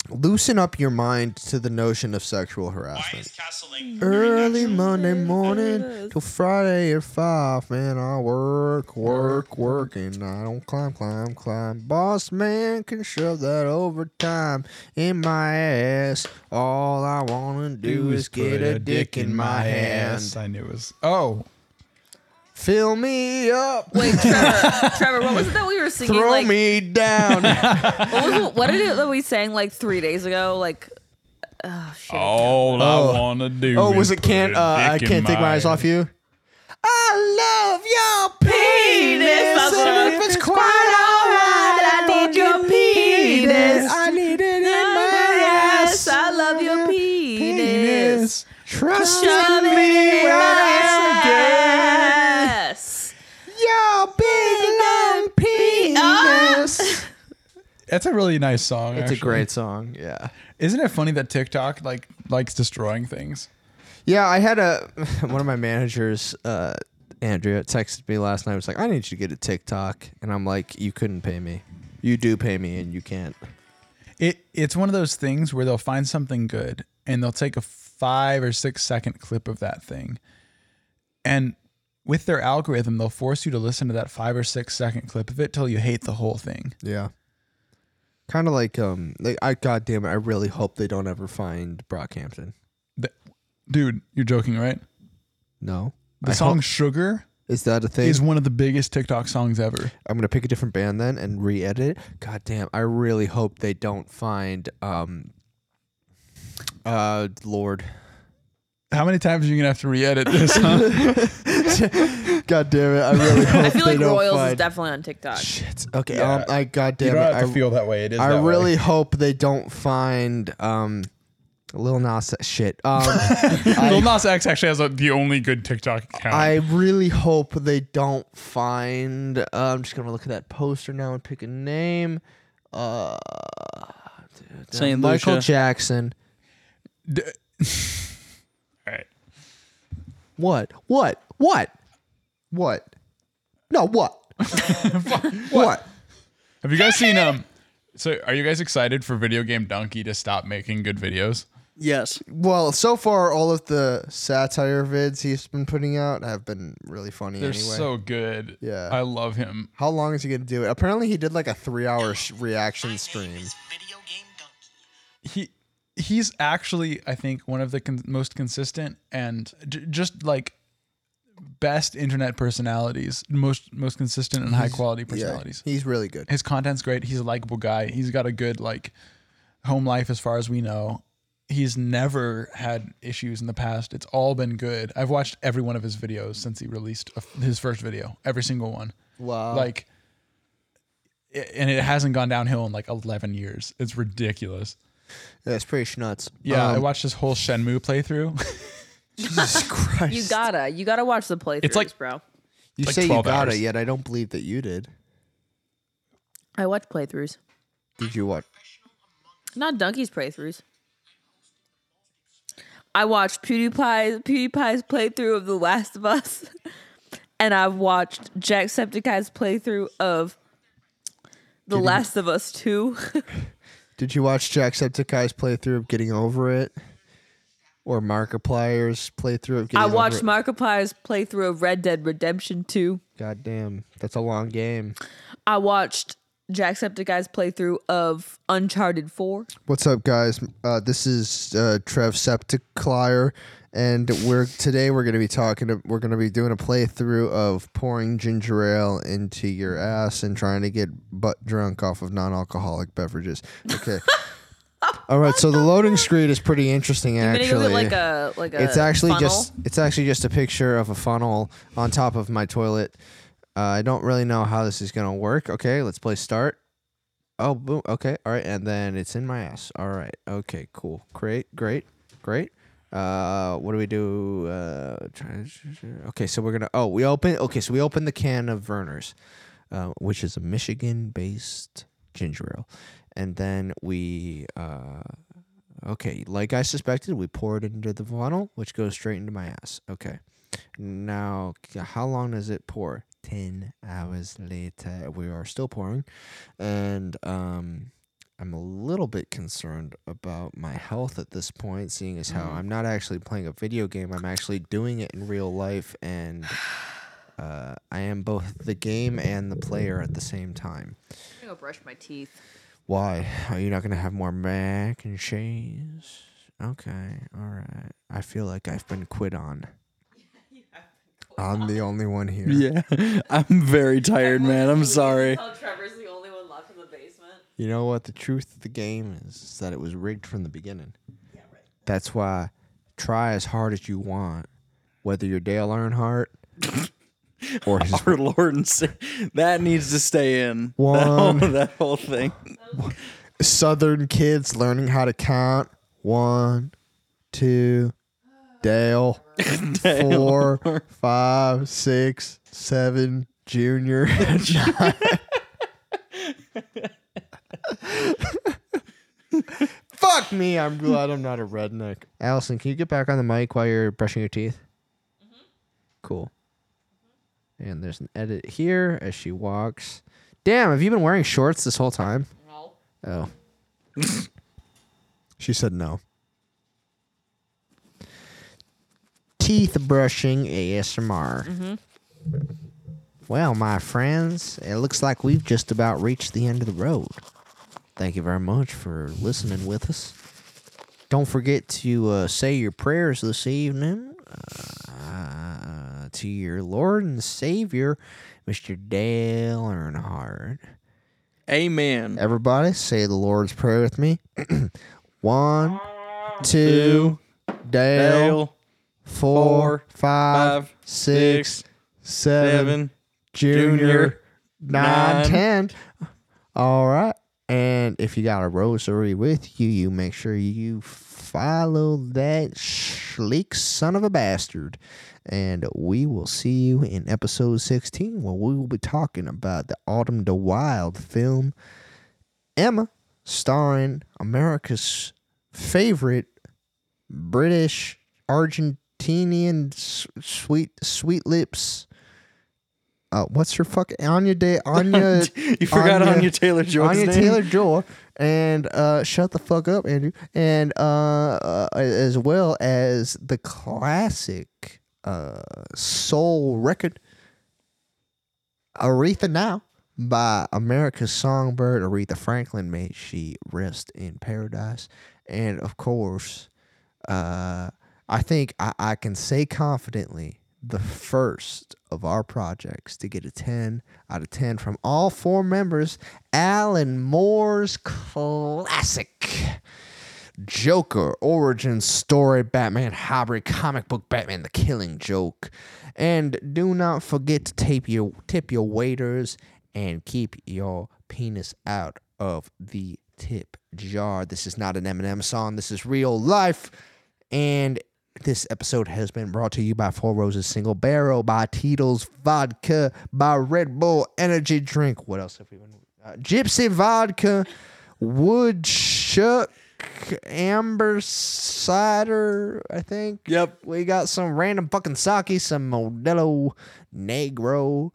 A: loosen up your mind to the notion of sexual
H: Why
A: harassment.
H: is castling
A: Early Monday morning till Friday at five, man. I work, work, work, and I don't climb, climb, climb. Boss man can shove that overtime in my ass. All I wanna do is get a dick in my hand.
D: I knew it was. Oh,
A: Fill me up,
B: Wait, Trevor, Trevor, what was it that we were singing?
A: throw
B: like,
A: me down.
B: What, was it, what did it that we sang like three days ago? Like, Oh shit.
D: All
A: Oh.
D: I wanna do.
A: Oh, was
D: is
A: it can't?
D: put a
A: Uh, I
D: dick in
A: can't take my eyes
D: mine.
A: off you. I love your
B: Penis, I
A: and if it's quite alright,
B: I need your penis.
A: I need it in my
B: Oh,
A: ass.
B: Yes, I love your penis.
A: Penis. Trust
B: Shove
A: in
B: it
A: me
B: in
A: when
B: my
A: I am gay.
B: ass.
A: Your big long penis.
D: That's a really nice song.
A: It's a
D: actually.
A: great song. Yeah.
D: Isn't it funny that TikTok like likes destroying things?
A: Yeah, I had a one of my managers, uh, Andrea, texted me last night. Was like, I need you to get a TikTok, and I'm like, you couldn't pay me. You do pay me, and you can't.
D: It it's one of those things where they'll find something good and they'll take a five or six second clip of that thing, and with their algorithm, they'll force you to listen to that five or six second clip of it till you hate the whole thing.
A: Yeah. Kind of like um, like I goddamn it, I really hope they don't ever find Brockhampton.
D: The- dude, you're joking, right?
A: No,
D: The
A: I
D: song
A: hope-
D: "Sugar"
A: is that a thing?
D: is one of the biggest TikTok songs ever.
A: I'm gonna pick a different band then and re-edit it. God damn, I really hope they don't find um uh Lord.
D: How many times are you gonna have to re-edit this? Huh?
A: God damn it, I really hope
B: I feel
A: they
B: like
A: don't
B: Royals is
A: find
B: definitely on TikTok.
A: shit. Okay,
D: Yeah.
A: um I god
D: you
A: damn
D: don't
A: it.
D: have to
A: I,
D: feel that way. It is.
A: I
D: that way.
A: really hope they don't find um Lil Nas shit. Um
D: Lil Nas X actually has a, the only good TikTok account.
A: I really hope they don't find. Uh, I'm just gonna look at that poster now and pick a name. Uh,
C: Saint
A: Michael
C: Lucia.
A: Jackson.
D: D- All right.
A: What? What? What? What? No. What? what?
D: Have you guys seen um? So, are you guys excited for Video Game Donkey to stop making good videos?
C: Yes.
A: Well, so far all of the satire vids he's been putting out have been really funny.
D: They're
A: anyway,
D: so good.
A: Yeah.
D: I love him.
A: how long is he gonna do it? Apparently, he did like a three-hour sh- reaction stream.
H: Video game donkey.
D: He he's actually, I think, one of the con- most consistent and j- just like best internet personalities, most most consistent and high quality
A: Yeah,
D: personalities.
A: he's really good.
D: his content's great. He's a likable guy. He's got a good like home life as far as we know. He's never had issues in the past. It's all been good. I've watched every one of his videos since he released a, his first video, every single one.
A: Wow.
D: Like i- and it hasn't gone downhill in like 11 years. It's ridiculous.
A: That's pretty schnutz.
D: Yeah, I
A: Um,
D: watched his whole Shenmue playthrough.
A: Jesus Christ.
B: You gotta, you gotta watch the playthroughs,
D: like-
B: bro.
A: You
D: Like
A: say you
D: 12
A: got
D: hours.
A: it, yet I don't believe that you did.
B: I watch playthroughs,
A: Did you what?
B: not Donkey's playthroughs. I watched PewDiePie's PewDiePie's playthrough of The Last of Us, and I've watched Jacksepticeye's playthrough of The Last of Us Two.
A: Did you watch Jacksepticeye's playthrough of Getting Over It? Or Markiplier's playthrough of Getting
B: I
A: Over
B: watched
A: It?
B: Markiplier's playthrough of Red Dead Redemption Two.
A: God damn, that's a long game.
B: I watched Jacksepticeye's playthrough of Uncharted Four.
A: What's up, guys? Uh, this is uh, Trev Septiclier, and we're today we're gonna be talking. To, we're gonna be doing a playthrough of pouring ginger ale into your ass and trying to get butt drunk off of non-alcoholic beverages. Okay. All right. So the loading screen is pretty interesting,
B: I'm
A: actually.
B: gonna go like a like a.
A: it's actually
B: funnel.
A: just it's actually just a picture of a funnel on top of my toilet. Uh, I don't really know how this is gonna work. Okay, let's play start. Oh, boom. Okay, all right, and then it's in my ass. All right. Okay, cool. Great, great, great. Uh, what do we do? Uh, try- okay, so we're gonna. Oh, we open. Okay, so we open the can of Verner's, uh, which is a Michigan-based ginger ale, and then we. Uh, Okay, like I suspected, we pour it into the funnel, which goes straight into my ass. Okay. Now, c- how long does it pour? 10 hours later, we are still pouring. And um, I'm a little bit concerned about my health at this point, seeing as how I'm not actually playing a video game, I'm actually doing it in real life. And uh, I am both the game and the player at the same time.
B: I'm gonna go brush my teeth.
A: Why? Are you not going to have more mac and cheese? Okay, all right. I feel like I've been quit on. I'm the only one here.
C: Yeah. I'm very tired, man. I'm sorry.
B: Trevor's the only one left in the basement.
A: You know what? The truth of the game is, is that it was rigged from the beginning. That's why try as hard as you want, whether you're Dale Earnhardt or his
C: Our Lord and Sa- that needs to stay in. That whole,
A: One.
C: that whole thing.
A: Southern kids learning how to count. One, two, Dale, four, five, six, seven, junior. nine. Fuck me, I'm glad I'm not a redneck. Allison, can you get back on the mic while you're brushing your teeth? Cool. And there's an edit here as she walks. Damn, have you been wearing shorts this whole time? Oh. she said no. Teeth brushing ASMR. Well, my friends, it looks like we've just about reached the end of the road. Thank you very much for listening with us. Don't forget to uh, say your prayers this evening uh, to your Lord and Savior, Mr. Dale Earnhardt.
C: Amen.
A: Everybody, say the Lord's Prayer with me. One, two, Dale,
C: Dale,
A: four,
C: four,
A: five,
C: five,
A: six,
C: six,
A: seven,
C: Devin,
A: junior,
C: Junior,
A: nine,
C: nine.
A: ten. All right. And if you got a rosary with you, you make sure you follow that sleek son of a bastard. And we will see you in episode 16 where we will be talking about the Autumn de Wild film Emma, starring America's favorite British Argentinian s- sweet sweet lips. Uh, what's her fuck Anya Day Anya?
C: You forgot Anya, Taylor Joy's
A: Anya
C: name.
A: Taylor Joy, and uh, shut the fuck up, Andrew, and uh, uh, as well as the classic uh, soul record Aretha Now by America's songbird Aretha Franklin. May she rest in paradise. And of course, uh, I think I, I can say confidently the first of our projects to get a 10 out of 10 from all four members Alan Moore's classic. Joker origin story, Batman hybrid comic book, Batman the Killing Joke, and do not forget to tape your tip your waiters and keep your penis out of the tip jar. This is not an Eminem song. This is real life, and. This episode has been brought to you by Four Roses Single Barrel, by Tito's Vodka, by Red Bull Energy Drink. What else have we been? Uh, Gypsy Vodka, Woodchuck amber cider, I think.
C: Yep.
A: We got some random fucking sake, some Modelo Negro.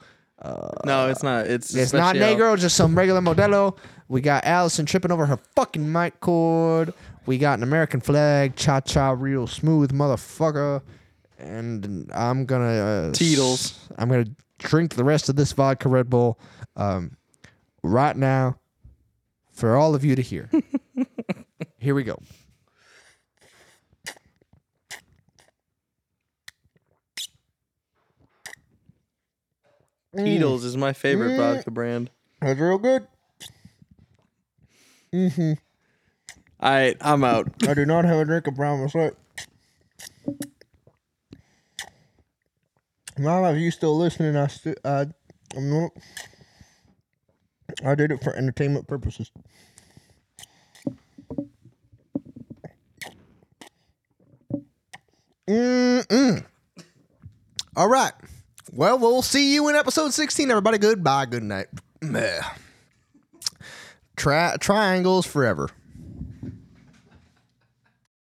C: No, it's not. It's
A: It's not
C: Especial.
A: Negro, just some regular Modelo. We got Allison tripping over her fucking mic cord. We got an American flag, cha cha, real smooth motherfucker. And I'm gonna uh,
C: Teetles.
A: s- I'm gonna drink the rest of this vodka Red Bull, um, right now, for all of you to hear. Here we go.
C: Beatles is my favorite vodka brand.
A: Mm. That's real good. Mm-hmm.
C: All right, I'm out.
A: I do not have a drink of brown myself. Now if you still listening, I still I I'm not. I did it for entertainment purposes. Mm-mm. All right. Well, we'll see you in episode 16, everybody. Goodbye. Good night. Meh. Tri- triangles forever.